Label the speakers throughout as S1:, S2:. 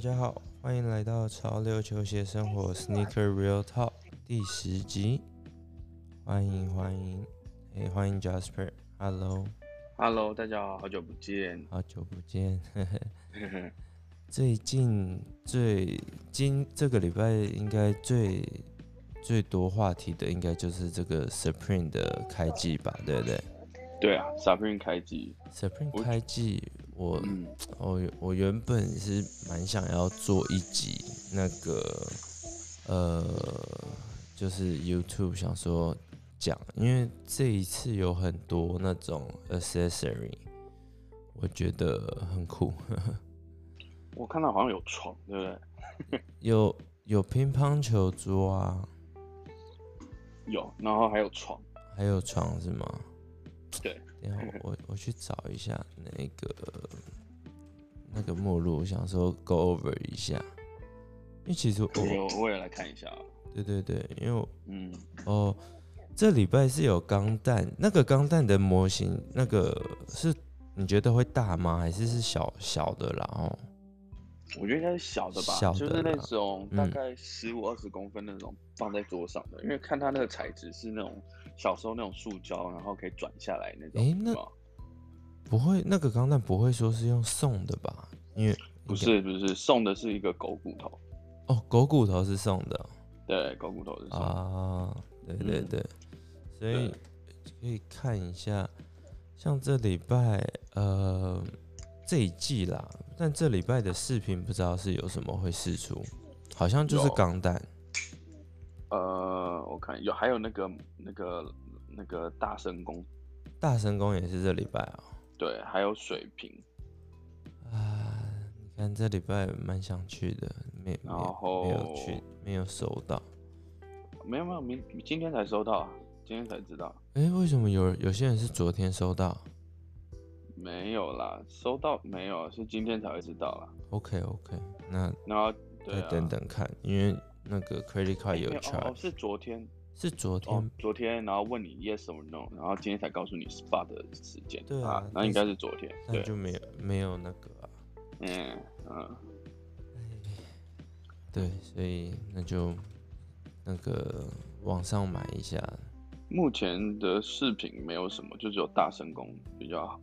S1: 家好，欢迎来到潮流球鞋生活 Sneaker Real Talk 第十集，欢迎欢迎，哎、欢迎 Jasper，Hello，
S2: Hello，大家好，好久不见。
S1: 好久不见，呵呵最近最今这个礼拜应该最最多话题的应该就是这个 Supreme 的开季吧，对不对
S2: 对啊 s a b r i n 开机，
S1: ？Supreme
S2: 我
S1: 开季，我
S2: 嗯，
S1: 我哦我原本是蛮想要做一集那个呃，就是 YouTube 想说讲，因为这一次有很多那种 accessory，我觉得很酷，
S2: 我看到好像有床，对不对？
S1: 有有乒乓球桌啊，
S2: 有，然后还有床，
S1: 还有床是吗？
S2: 对，
S1: 等一下我我我去找一下那个那个目录，想说 go over 一下，因为其实我
S2: 我我也来看一下啊。
S1: 对对对，因为我。
S2: 嗯，
S1: 哦，这礼拜是有钢弹，那个钢弹的模型，那个是你觉得会大吗？还是是小小的啦？哦，
S2: 我觉得应该是小的吧，
S1: 小的
S2: 就是那
S1: 啦
S2: 种大
S1: 嗯
S2: 概十五二十公分那种放在桌上的，因为看它那个材质是那种小时候那种塑胶，然后可以转下来那种。
S1: 诶
S2: 是
S1: 那
S2: 吧
S1: 不会，那个钢弹不会说是用送的吧？因为
S2: 不
S1: 应
S2: 是不是，送的是一个狗骨头，
S1: 该哦，狗骨头是送的
S2: 对，狗骨头是送的。
S1: 啊，对对
S2: 嗯
S1: 对，所以
S2: 对
S1: 可以看一下，像这礼拜呃这一季啦，但这礼拜的视频不知道是有什么会试出，好像就是
S2: 有
S1: 钢弹。
S2: 呃，我看有还有那个那个那个大神功，
S1: 大神宫也是这礼拜啊、
S2: 对，还有水瓶，
S1: 啊，你看这礼拜蛮想去的，没没
S2: 然
S1: 没有去
S2: 后，
S1: 没有收到。
S2: 没有没有，明今天才收到啊，今天才知道，
S1: 哎、为什么有有些人是昨天收到
S2: 没有啦，收到没有，是今天才会知道啦。
S1: ？OK OK，那
S2: 然后对
S1: 再
S2: 啊，
S1: 等等看，因为那个 credit
S2: 哎
S1: card
S2: 没
S1: 有
S2: 有哦
S1: charge，、
S2: 哦，是昨天
S1: 是昨天、
S2: 哦，昨天然后问你 yes or no，然后今天才告诉你 spot 的时间，
S1: 对啊
S2: 啊，那
S1: 但
S2: 应该
S1: 是
S2: 是昨天，
S1: 那
S2: 对，
S1: 就没有没有那个啊。
S2: 嗯嗯，
S1: 对，所以那就那个网上买一下。
S2: 目前的视频没有什么，就只有大神功比较好，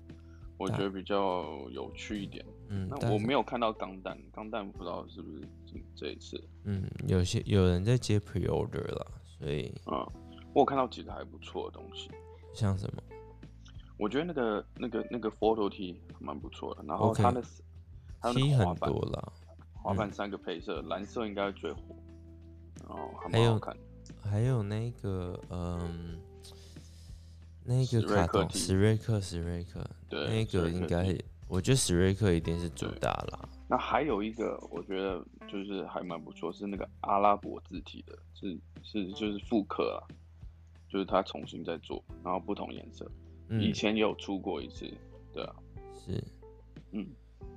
S2: 我
S1: 大
S2: 觉得比较有趣一点。
S1: 嗯，
S2: 那
S1: 但
S2: 我
S1: 是
S2: 没有看到钢弹，钢弹不知道是不是这这一次，
S1: 嗯，有些有人在接 pre order 了，所以
S2: 嗯，我有看到几个还不错的东西，
S1: 像什么
S2: 我觉得那个那个那个 photo T 蛮不错的，然后
S1: OK
S2: 它的它的那
S1: 踢
S2: 个滑
S1: 很
S2: 板
S1: 多嗯啦，
S2: 滑板三个配色，蓝色应该会最火，然后还
S1: 还
S2: 蛮
S1: 有
S2: 好看的。
S1: 还有那个，嗯，那个
S2: 史瑞
S1: 卡
S2: 克
S1: 通
S2: 踢
S1: 史瑞克，史瑞克，
S2: 对，
S1: 那
S2: 所
S1: 个
S2: 以
S1: 应
S2: 可以
S1: 该，我觉得史瑞克一定是主
S2: 对
S1: 打啦。
S2: 那还有一个我觉得就是还蛮不错，是那个阿拉伯字体的，是是就是复刻啊，就是它重新再做，然后不同颜色，以
S1: 嗯，
S2: 前也有出过一次，对啊，
S1: 是，
S2: 嗯，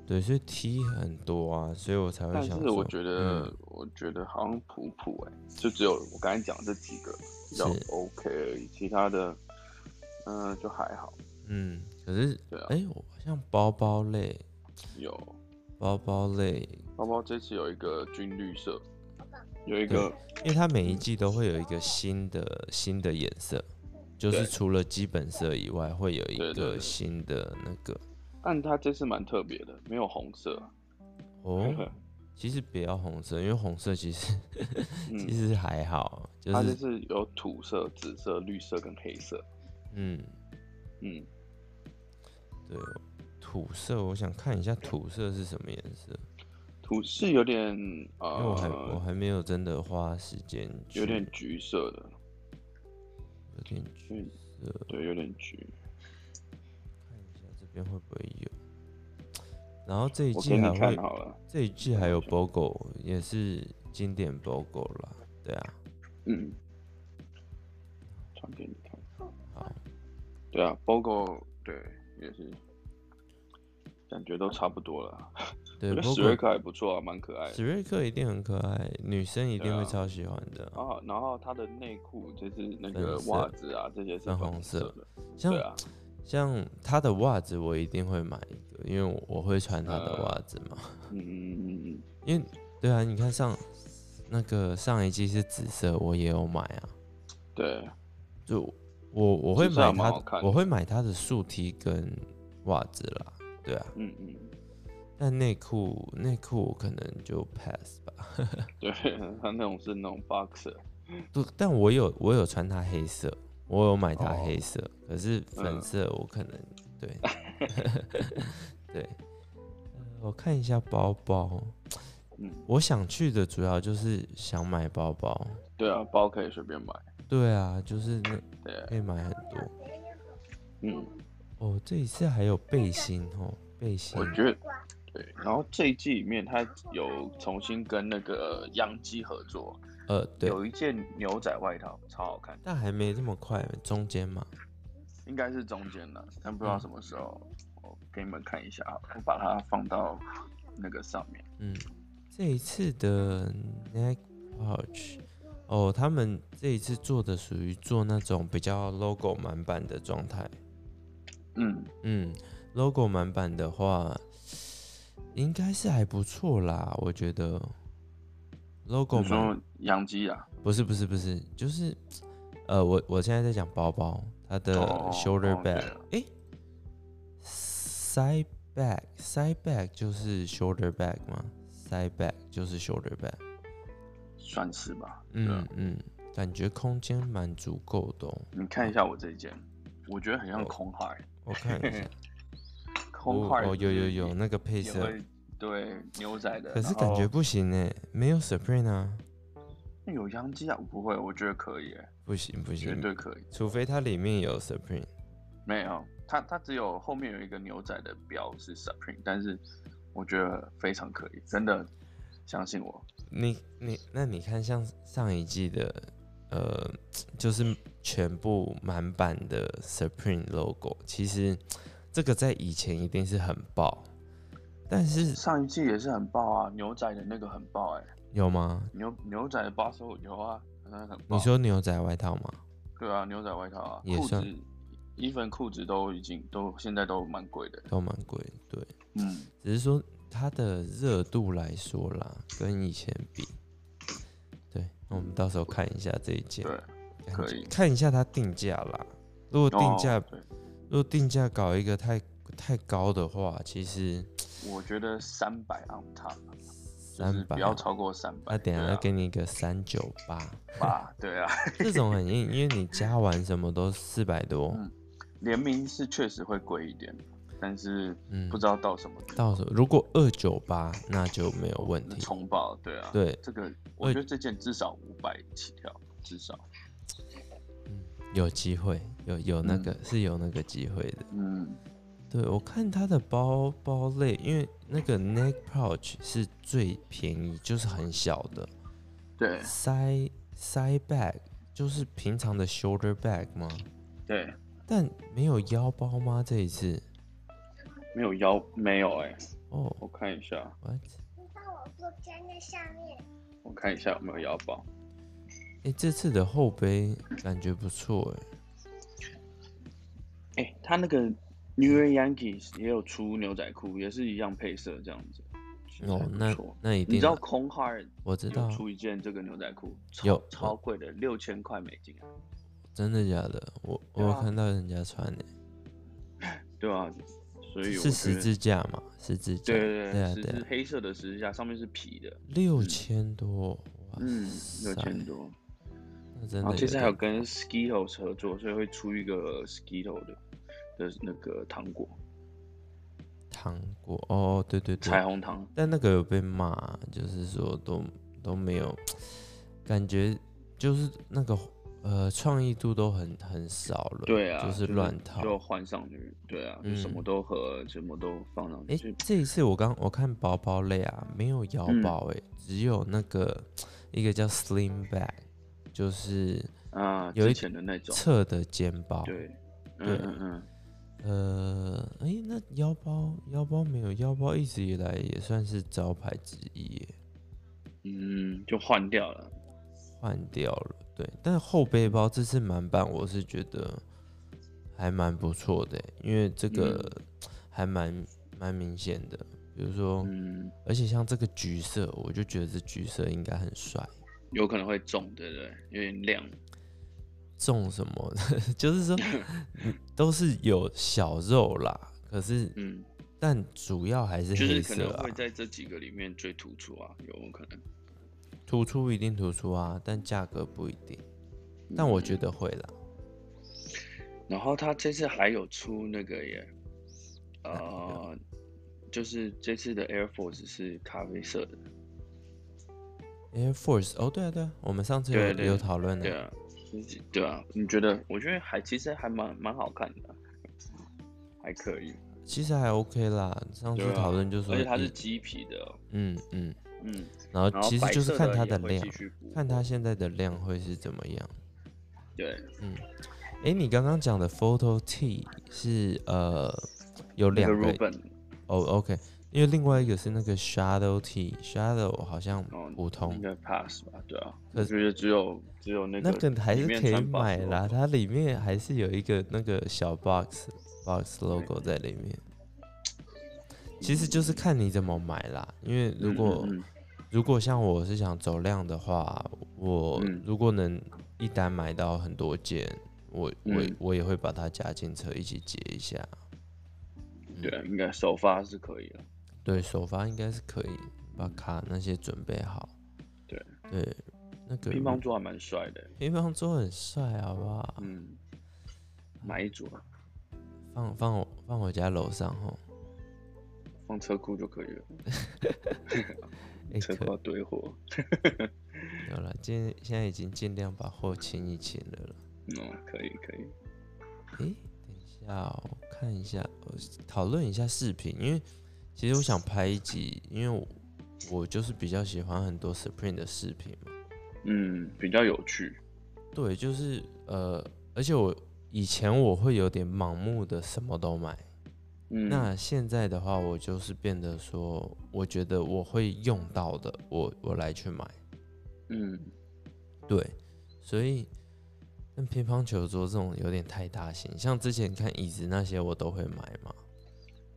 S1: 对，所以 T 很多啊，所以我才会
S2: 但
S1: 想
S2: 是
S1: 说
S2: 我觉
S1: 嗯
S2: 得、我觉得好像普普哎、就只有我刚才讲的这几个比较
S1: 是
S2: OK 而已，其他的嗯、呃就还好，
S1: 嗯，可是
S2: 对啊，
S1: 哎、我好像包包类，
S2: 有
S1: 包包类，
S2: 包包这次有一个军绿色，有一个
S1: 因为它每一季都会有一个新的新的颜色，就是
S2: 对
S1: 除了基本色以外，会有一
S2: 对对
S1: 个
S2: 对
S1: 新的那个
S2: 但它这次蛮特别的，没有红色，
S1: 哦。其实不要红色，因 为红色其实
S2: 嗯
S1: 其实还好，就
S2: 它
S1: 是
S2: 就是有土色、紫色、绿色跟黑色。
S1: 嗯，
S2: 嗯，
S1: 对，土色，我想看一下土色是什么颜色，
S2: 土是有点
S1: 因为我还我
S2: 呃，
S1: 还没有真的花时间去，
S2: 有点橘色的，
S1: 有点橘
S2: 嗯，
S1: 色，
S2: 对，有点橘。
S1: 看一下这边会不会有。然后这一
S2: 我
S1: 季
S2: 给你
S1: 还
S2: 看哦
S1: 会，
S2: 好了，
S1: 这一季还有 BOGO，也是经典 BOGO 啦，对啊，
S2: 嗯，传给你看。
S1: 好，
S2: 对啊，BOGO 对也是，感觉都差不多了。
S1: 对
S2: 我觉得史瑞
S1: BOGO，
S2: 克还不错啊，蛮可爱的
S1: 史瑞克一定很可爱，女生一定
S2: 对
S1: 会
S2: 啊
S1: 超喜欢的。
S2: 啊。然后它的内裤就是那
S1: 粉
S2: 个
S1: 色
S2: 袜子啊，这些是
S1: 粉
S2: 粉
S1: 红
S2: 红
S1: 色
S2: 的。
S1: 像
S2: 对啊，
S1: 像他的袜子，我一定会买一个，因为我我会穿他的
S2: 呃
S1: 袜子嘛。
S2: 嗯嗯嗯嗯嗯，
S1: 因为对啊，你看上那个上一季是紫色，我也有买啊，
S2: 对，
S1: 就我我会
S2: 紫色还
S1: 买
S2: 蛮
S1: 它
S2: 好看
S1: 的，
S2: 的
S1: 我会买它的竖 T 跟袜子啦，对啊，
S2: 嗯嗯，
S1: 但内裤内裤我可能就 pass 吧，
S2: 对，他那种是那种 boxer，
S1: 不，但我有我有穿它黑色，我有买它
S2: 哦
S1: 黑色，可是粉
S2: 嗯
S1: 色我可能、 对对、呃我看一下包包，
S2: 嗯
S1: 我想去的主要就是想买包包，
S2: 对啊，包可以随便买，
S1: 对啊，就是那
S2: 对啊，
S1: 可以买很多。
S2: 嗯，
S1: 哦，这一次还有背心哦，背心
S2: 我觉得对。然后这一季里面，他有重新跟那个央基合作，
S1: 呃对，
S2: 有一件牛仔外套超好看，
S1: 但还没这么快，中间嘛，
S2: 应该是中间的，但
S1: 嗯
S2: 不知道什么时候，我给你们看一下好了，我把它放到那个上面。
S1: 嗯，这一次的 neck pouch，哦，他们这一次做的属于做那种比较 logo 满版的状态。
S2: 嗯，
S1: 嗯，logo 满版的话，应该是还不错啦，我觉得。logo
S2: 你
S1: 满
S2: 说洋基啊，
S1: 不是不是不是，就是呃，我我现在在讲包包，它的
S2: 哦
S1: shoulder
S2: 哦
S1: bag，
S2: 对了
S1: 诶 side bag side bag 就是 shoulder bag 吗？side bag 就是 shoulder bag。
S2: 算是吧。对啊
S1: 嗯，嗯，感觉空间蛮足够的、哦。
S2: 你看一下我这一件，我觉得很像空海，
S1: 我看一下，
S2: 空海
S1: 哦哦，有有有那个配
S2: 也
S1: 色，
S2: 会对牛仔的，
S1: 可是
S2: 然
S1: 感
S2: 后
S1: 觉不行哎，没有 Supreme 啊，
S2: 那有洋基啊，不会，我觉得可以耶，
S1: 不行不
S2: 绝
S1: 行，
S2: 对可以。
S1: 除非它里面有 Supreme。
S2: 没有，它它只有后面有一个牛仔的标是 Supreme，但是我觉得非常可以，真的相信我。
S1: 你你那你看像上一季的，呃，就是全部满版的 Supreme logo，其实这个在以前一定是很爆，但是
S2: 上一季也是很爆啊，牛仔的那个很爆哎、
S1: 有吗？
S2: 牛牛仔的 b o s 有啊，嗯很爆。
S1: 你说牛仔外套吗？
S2: 对啊，牛仔外套啊，
S1: 也
S2: 裤
S1: 算
S2: 子，一份裤子都已经都现在都蛮贵的。
S1: 都蛮贵的，对。
S2: 嗯，
S1: 只是说它的热度来说啦，跟以前比，对，那我们到时候看一下这一件，
S2: 对，
S1: 感
S2: 可
S1: 觉
S2: 以
S1: 看一下它定价啦。如果定价、
S2: 哦、对，
S1: 如果定价搞一个太太高的话，其实
S2: 我觉得三百 on top，就
S1: 三
S2: 是
S1: 百
S2: 不，要超过三百、
S1: 那等一下
S2: 对
S1: 要
S2: 啊
S1: 给你一个三九八，
S2: 吧，对啊，
S1: 这种很硬，因为你加完什么都四百多，
S2: 嗯联名是确实会贵一点，但是
S1: 嗯
S2: 不，知道到什么地步
S1: 到时候如果二九八那就没有问
S2: 那
S1: 题，
S2: 重爆，对啊，，
S1: 对，
S2: 这个我觉得这件至少五百起跳，至少，
S1: 有机会，有有那
S2: 嗯
S1: 个、是有那个机会的。
S2: 嗯，
S1: 对，我看它的包包类，因为那个 neck pouch 是最便宜，就是很小的
S2: 对
S1: 塞塞 bag，就是平常的 shoulder bag 吗？
S2: 对，
S1: 但没有腰包吗？这一次？
S2: 没有腰，没有哎、
S1: 哦、
S2: 我看一下，
S1: what？
S3: 你帮我做粘在上面。
S2: 我看一下有没有腰包，
S1: 哎、这次的后背感觉不错哎。
S2: 哎、他那个 New York Yankees 也有出牛仔裤，也是一样配色这样子，其实还
S1: 哦，
S2: 不
S1: 那
S2: 错
S1: 那一
S2: 你
S1: 定
S2: 知道
S1: 啊，
S2: 空 heart
S1: 我知道
S2: 有，出一件这个牛仔裤，超
S1: 有
S2: 超贵的，六千块美金啊，
S1: 真的假的？我我
S2: 对
S1: 有
S2: 啊
S1: 看到人家穿哎、
S2: 对啊，所以我
S1: 是
S2: 觉
S1: 十
S2: 得
S1: 字架嘛？十字架，
S2: 对对
S1: 对啊
S2: 对，十
S1: 对
S2: 字
S1: 啊，
S2: 黑色的十字架上面是皮的，
S1: 六千多，哇
S2: 嗯，
S1: 塞
S2: 六，千多。
S1: 那真
S2: 然
S1: 的
S2: 后
S1: 有
S2: 这次还有
S1: 点
S2: 跟 Skittles 合作，所以会出一个 Skittles 的的那个糖果，
S1: 糖果哦，对对对
S2: 彩，虹糖。
S1: 但那个有被骂，就是说都都没有，感觉就是那个呃创意度都很很少了，
S2: 对啊，
S1: 就是乱套。
S2: 就换上去，对啊，就什么
S1: 嗯
S2: 都和什么都放上
S1: 哎、
S2: 去，就
S1: 这一次我刚我看包包类啊，没有腰
S2: 嗯
S1: 包哎、只有那个一个叫 slim bag，就是
S2: 啊，
S1: 有一
S2: 之前的那种，
S1: 侧的肩包。
S2: 对，
S1: 对
S2: 嗯嗯嗯，
S1: 呃，哎、那腰包腰包没有腰包，一直以来也算是招牌之一耶、
S2: 嗯，就换掉了，
S1: 哦换掉了，对。但后背包这次满版，我是觉得
S2: 嗯
S1: 还蛮不错的欸，因为这个还蛮蛮明显的，比如说，
S2: 嗯，
S1: 而且像这个橘色，我就觉得这橘色应该很帅。
S2: 有可能会中，对不对？有点亮，
S1: 种什么？ 就是 说嗯都是有小肉啦，可是
S2: 嗯，
S1: 但主要还是
S2: 就是
S1: 黑
S2: 可
S1: 色
S2: 能
S1: 啊
S2: 会，在这几个里面最突出啊，有可能。
S1: 突出一定突出啊，但价格不一定。
S2: 嗯
S1: 但我觉得会啦，
S2: 然后他这次还有出那个耶，呃，就是这次的 Air Force 是咖啡色的，
S1: Air Force，哦，对啊，对啊，我们上次
S2: 对
S1: 有
S2: 对
S1: 有讨论
S2: 对
S1: 的，
S2: 啊，就是对啊，你觉得？我觉得还其实还蛮蛮好看的啊，还可以，
S1: 其实还 OK 啦。上
S2: 对
S1: 次
S2: 啊
S1: 讨论就说
S2: 而且它是
S1: 一
S2: 鸡皮的哦，
S1: 嗯嗯，
S2: 嗯，
S1: 然后
S2: 然后
S1: 其实
S2: 白
S1: 就是
S2: 色
S1: 看
S2: 的
S1: 它
S2: 也
S1: 的
S2: 会
S1: 量
S2: 继，续补
S1: 看它现在的量会是怎么样。
S2: 对，
S1: 诶，你刚刚讲的 Photo T 是呃有
S2: 那
S1: 两个
S2: 个 Ruben
S1: 哦，OK，因为另外一个是那个 Shadow T，Shadow 好像
S2: 哦，
S1: 普通
S2: 应，该 pass 吧，对啊，
S1: 可
S2: 我觉得只有只有那
S1: 那
S2: 个
S1: 个还
S2: 里
S1: 是
S2: 面
S1: 可以
S2: 穿 buff
S1: 买
S2: logo
S1: 啦，它里面还是有一个那个小 box box logo 在里面。其实就是看你怎么买啦，因为如
S2: 嗯
S1: 果
S2: 嗯嗯
S1: 如果像我是想走量的话，我
S2: 嗯
S1: 如果能一单买到很多件，我我
S2: 嗯
S1: 我也会把它加进车一起结一下。嗯
S2: 对啊，应该首发是可以了。
S1: 对首发应该是可以把卡那些准备好。
S2: 对
S1: 对，那个
S2: 乒乓桌还蛮帅的，
S1: 乒乓桌很帅，好不好？
S2: 嗯，买一啊桌
S1: 放放我放我家楼上吼。
S2: 放车库就可以了，
S1: 哎、
S2: 车
S1: 可
S2: 库要堆货。
S1: 有了，尽现在已经尽量把货清一清了了。
S2: 嗯，可以可以，
S1: 哎、等一下、哦，我看一下，我讨论一下视频，因为其实我想拍一集，因为我我就是比较喜欢很多 Supreme 的视频嘛。
S2: 嗯，比较有趣，
S1: 对，就是呃，而且我以前我会有点盲目的什么都买，
S2: 嗯，
S1: 那现在的话，我就是变得说，我觉得我会用到的，我我来去买。
S2: 嗯，
S1: 对，所以但乒乓球桌这种有点太大型，像之前看椅子那些我都会买嘛。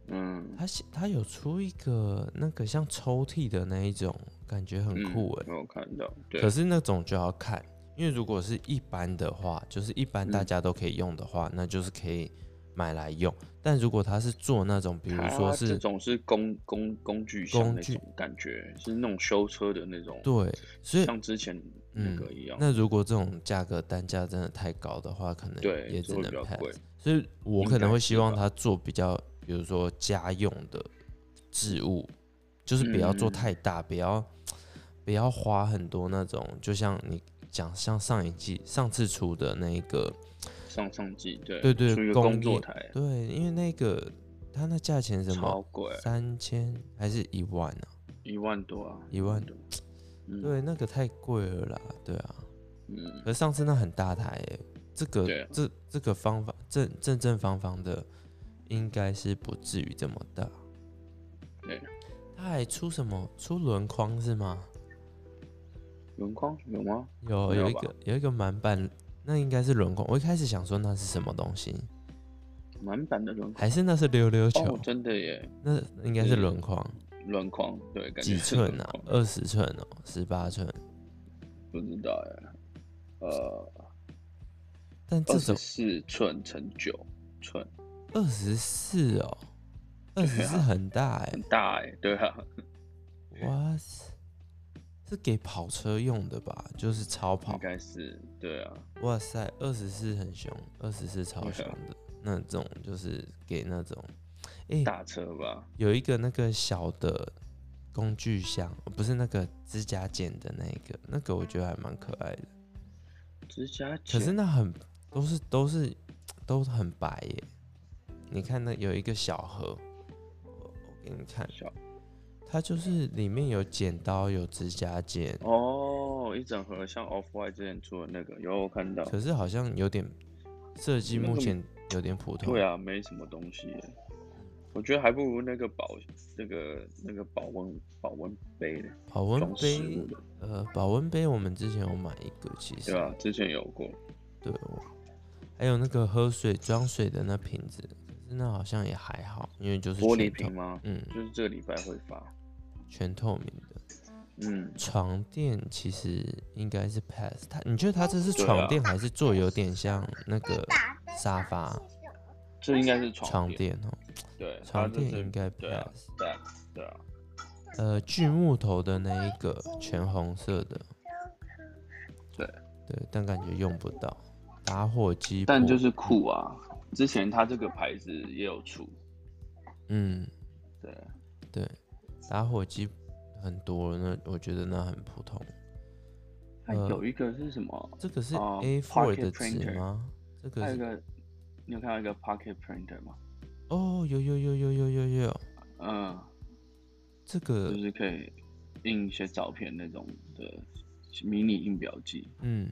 S2: 嗯
S1: 它现它有出一个那个像抽屉的那一种，感觉很
S2: 嗯，
S1: 酷诶、
S2: 我有看到，对
S1: 可，是那种就要看，因为如果是一般的话，就是一般大
S2: 嗯
S1: 家都可以用的话，那就是可以买来用。但如果它是做那种，比如说
S2: 它啊这
S1: 是
S2: 种是工工工具箱
S1: 工
S2: 那
S1: 具
S2: 种感觉，是那种修车的那种，
S1: 对，所以
S2: 像之前那个一样，
S1: 那如果这种价格单价真的太高的话，可能
S2: 对
S1: 也
S2: 就
S1: 只
S2: 会
S1: 能
S2: 比较
S1: pass
S2: 贵。
S1: 所以我
S2: 应
S1: 可能
S2: 该
S1: 会
S2: 是
S1: 希望
S2: 吧
S1: 他做比较，比如说家用的置物，就是不要做
S2: 嗯
S1: 太大，不要不要花很多那种，就像你讲，像上一季上次出的那一个，
S2: 上上季对
S1: 对对
S2: 出一个
S1: 工
S2: 工作
S1: 业
S2: 台，
S1: 对，因为那个他那价钱什
S2: 超
S1: 么
S2: 贵，
S1: 三千还是一万啊？
S2: 一万多啊，
S1: 一万
S2: 多，嗯，
S1: 对，那个太贵了啦，对啊。
S2: 嗯，
S1: 可是上次那很大台耶，这个、
S2: 对啊
S1: 这这个方法正正正方方的，应该是不至于这么大。
S2: 对，
S1: 他还出什么出轮框是吗？
S2: 轮框有吗？
S1: 有
S2: 没有
S1: 有一
S2: 吧
S1: 个有一个满版，那应该是轮框。我一开始想说那是什么东西，
S2: 满版的轮框
S1: 还是那是溜溜球？
S2: 哦，真的耶，
S1: 那应该是
S2: 是
S1: 轮框，
S2: 轮框对，感觉
S1: 几
S2: 是轮
S1: 寸啊
S2: 框？
S1: 二十寸哦，十八寸。
S2: 不知道耶，呃，
S1: 但
S2: 二
S1: 这
S2: 十
S1: 种
S2: 四寸乘九寸，
S1: 二十四哦，二十
S2: 对
S1: 四
S2: 啊
S1: 很大哎、
S2: 很大哎，对啊，
S1: 哇塞，是给跑车用的吧？就是超跑
S2: 应。该是对啊，
S1: 哇塞，二十四很凶，二十四超
S2: 对啊
S1: 凶的。那种就是给那种，诶，
S2: 大车吧，
S1: 有一个那个小的工具箱，不是那个指甲剪的那一个，那个我觉得还蛮可爱的。
S2: 指甲
S1: 可是
S2: 剪
S1: 那很都是都是都很白耶。你看那有一个小盒，我我给你看，
S2: 小
S1: 它就是里面有剪刀，有指甲剪，
S2: 哦，一整盒像 Off White 之前出的那个，有我看到，
S1: 可是好像有点设计，
S2: 那个
S1: 目前有点普通。
S2: 对，啊，没什么东西耶。我觉得还不如那个保那个那个保温保温杯呢，
S1: 保温
S2: 装食
S1: 杯
S2: 物，的，
S1: 呃，保温杯我们之前有买一个，其实
S2: 对啊吧、之前有过，
S1: 对我还有那个喝水装水的那瓶子，可是那好像也还好，因为就是
S2: 玻璃
S1: 全透
S2: 瓶，吗？
S1: 嗯，
S2: 就是这个礼拜会发。
S1: 全透明的。
S2: 嗯，
S1: 床垫其实应该是 pass，它你觉得它这是
S2: 对啊
S1: 床垫还是做有点像那个
S3: 打灯啊
S1: 沙发
S3: 是啊什
S2: 这
S3: 么？
S2: 应该是
S1: 床
S2: 床，
S1: 垫哦？
S2: 对，它
S1: 床
S2: 这
S1: 垫
S2: 是
S1: 应该
S2: 对啊
S1: pass。
S2: 对啊对啊，
S1: 呃，锯木头的那一个全红色的，
S2: 对
S1: 对，但感觉用不到。打火机布，
S2: 但就是酷啊！之前它这个牌子也有出，
S1: 嗯，
S2: 对，
S1: 对，打火机很多，那我觉得那很普通。
S2: 它
S1: 呃
S2: 有一个是什么？
S1: 这个是
S2: 哦
S1: A4
S2: pocket
S1: 的纸
S2: printer
S1: 吗？这个
S2: 还有一
S1: 是
S2: 个，你有看到一个 pocket printer 吗？
S1: 哦，有有有有有有有，
S2: 嗯，
S1: 这个
S2: 就是可以印一些照片那种的迷你印表机。
S1: 嗯，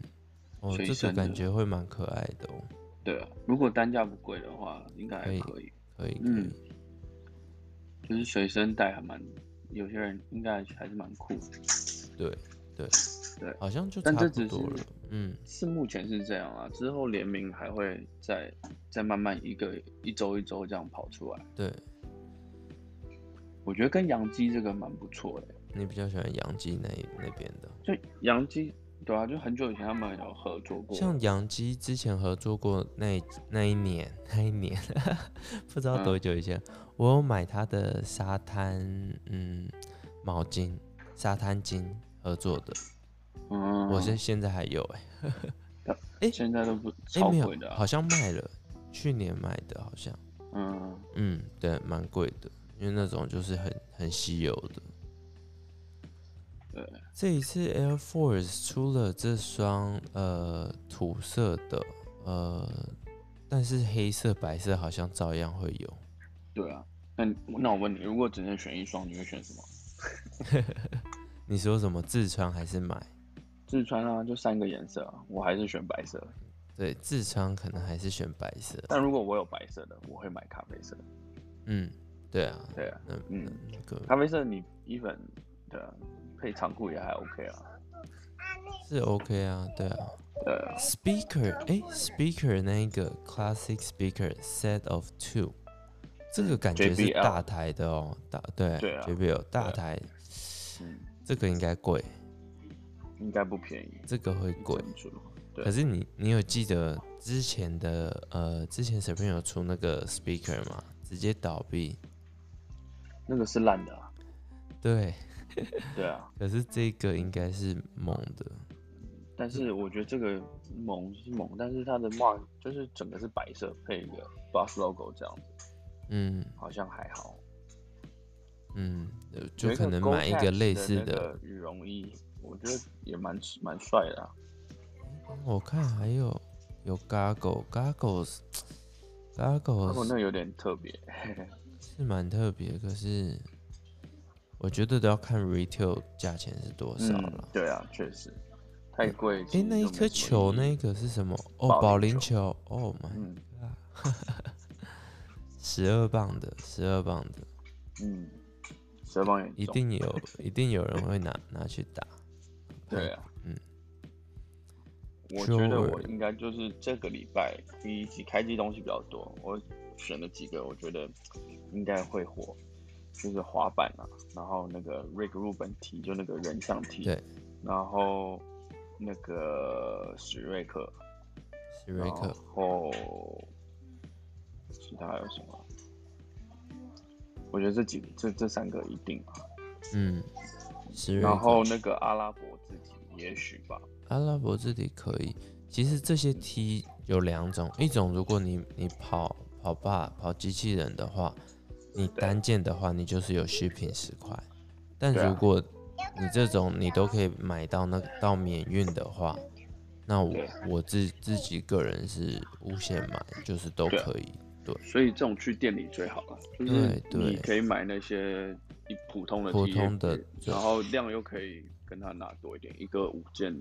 S1: 哦，
S2: 随
S1: 这个
S2: 身
S1: 感
S2: 的
S1: 觉会蛮可爱的哦，
S2: 对啊，如果单价不贵的话，应该还
S1: 可以
S2: 可以。
S1: 可以可以
S2: 嗯，就是随身带还蛮，有些人应该还是蛮酷的。
S1: 对对
S2: 对
S1: 好像就差
S2: 但这
S1: 不
S2: 只
S1: 多了
S2: 是，
S1: 嗯，
S2: 是目前是这样啊，之后联名还会再再慢慢一个一周一周这样跑出来。
S1: 对
S2: 我觉得跟洋基这个蛮不错的，
S1: 你比较喜欢杨基那一那边的，
S2: 就洋基对啊，就很久以前他们有合作过，
S1: 像杨基之前合作过那一那一年那一年， 不知道
S2: 嗯
S1: 多久以前，我有买他的沙滩嗯毛巾沙滩巾合作的，
S2: 嗯，
S1: 我现现在还有哎、哎
S2: 现在都不
S1: 欸，
S2: 超
S1: 没有
S2: 贵的、，啊
S1: 好，像卖了，去年买的好像。
S2: 嗯，
S1: 嗯，对，蛮贵的，因为那种就是很很稀有的。
S2: 对，
S1: 这一次 Air Force 出了这双呃土色的，呃，但是黑色、白色好像照样会有。
S2: 对啊。那你那我问你，如果只能选一双，你会选什么？
S1: 你说什么自穿还是买？
S2: 自穿啊，就三个颜色啊，我还是选白色。
S1: 对，自穿可能还是选白色。
S2: 但如果我有白色的，我会买咖啡色。
S1: 嗯，对啊，
S2: 对啊，
S1: 那
S2: 嗯
S1: 那那个
S2: 咖啡色你 even 对啊，配长裤也还 OK 啊。
S1: 是 OK 啊，对啊。
S2: 对啊，
S1: Speaker，哎，Speaker 那一个 Classic Speaker Set of Two，这个感觉是
S2: JBL
S1: 大台的哦，大对
S2: 对啊
S1: j b l 大台，
S2: 嗯，
S1: 这个应该贵，
S2: 应该不便宜。
S1: 这个会贵。
S2: 珍珠对
S1: 可是你你有记得之前的呃，之前 s e p r i n 有出那个 Speaker 吗？直接倒闭。
S2: 那个是烂的、啊，
S1: 对，
S2: 对啊。
S1: 可是这个应该是猛的，
S2: 但是我觉得这个萌是萌，但是它的 mark 就是整个是白色配一个 Boss logo 这样子，
S1: 嗯
S2: 好像还好。
S1: 嗯，呃
S2: 有
S1: 就
S2: 一
S1: 可
S2: 个
S1: 能买一个
S2: GoCat
S1: 类似
S2: 的
S1: 的
S2: 那个羽绒衣，我觉得也蛮蛮帅的、啊。
S1: 哦我看还有有 Gargoyle，Gargoyles，Gargoyles
S2: 不过那个有点特别，
S1: 是蛮特别，可是我觉得都要看 retail 价钱是多少
S2: 嗯
S1: 了。，
S2: 对啊，确实太贵。
S1: 诶，
S2: 其实
S1: 那一
S2: 就没
S1: 颗
S2: 什么
S1: 球
S2: 意义
S1: 那个是什么？哦，保
S2: 保
S1: 龄
S2: 龄
S1: 球。Oh my，
S2: 嗯
S1: 十二磅的，十二磅的，
S2: 嗯，蛇棒也
S1: 一定有， 一定有人会拿拿去打。
S2: 对啊，
S1: 嗯。
S2: 我觉得
S1: Sure
S2: 我应该就是这个礼拜第一集开机东西比较多，我选了几个我觉得应该会火，就是滑板啊，然后那个 Rick Rubin 踢就那个人像踢，
S1: 对，
S2: 然后那个史瑞克，
S1: 史瑞克，
S2: 然后其他还有什么？啊我觉得这几这这三个一定啊，
S1: 嗯，史瑞克。
S2: 然后那个阿拉伯字体也许吧，
S1: 阿拉伯字体可以。其实这些 T 有两种，一种如果你你跑跑吧跑机器人的话，你单件的话你就是有 shipping 十块，但
S2: 对啊
S1: 如果你这种你都可以买到那到免运的话，那我
S2: 对
S1: 我自自己个人是无限买，就是都
S2: 对啊
S1: 可以。对，
S2: 所以这种去店里最好了，就是
S1: 对对
S2: 你可以买那些一普通的 T，
S1: 普通的
S2: 然后量又可以跟他拿多一点，一个五件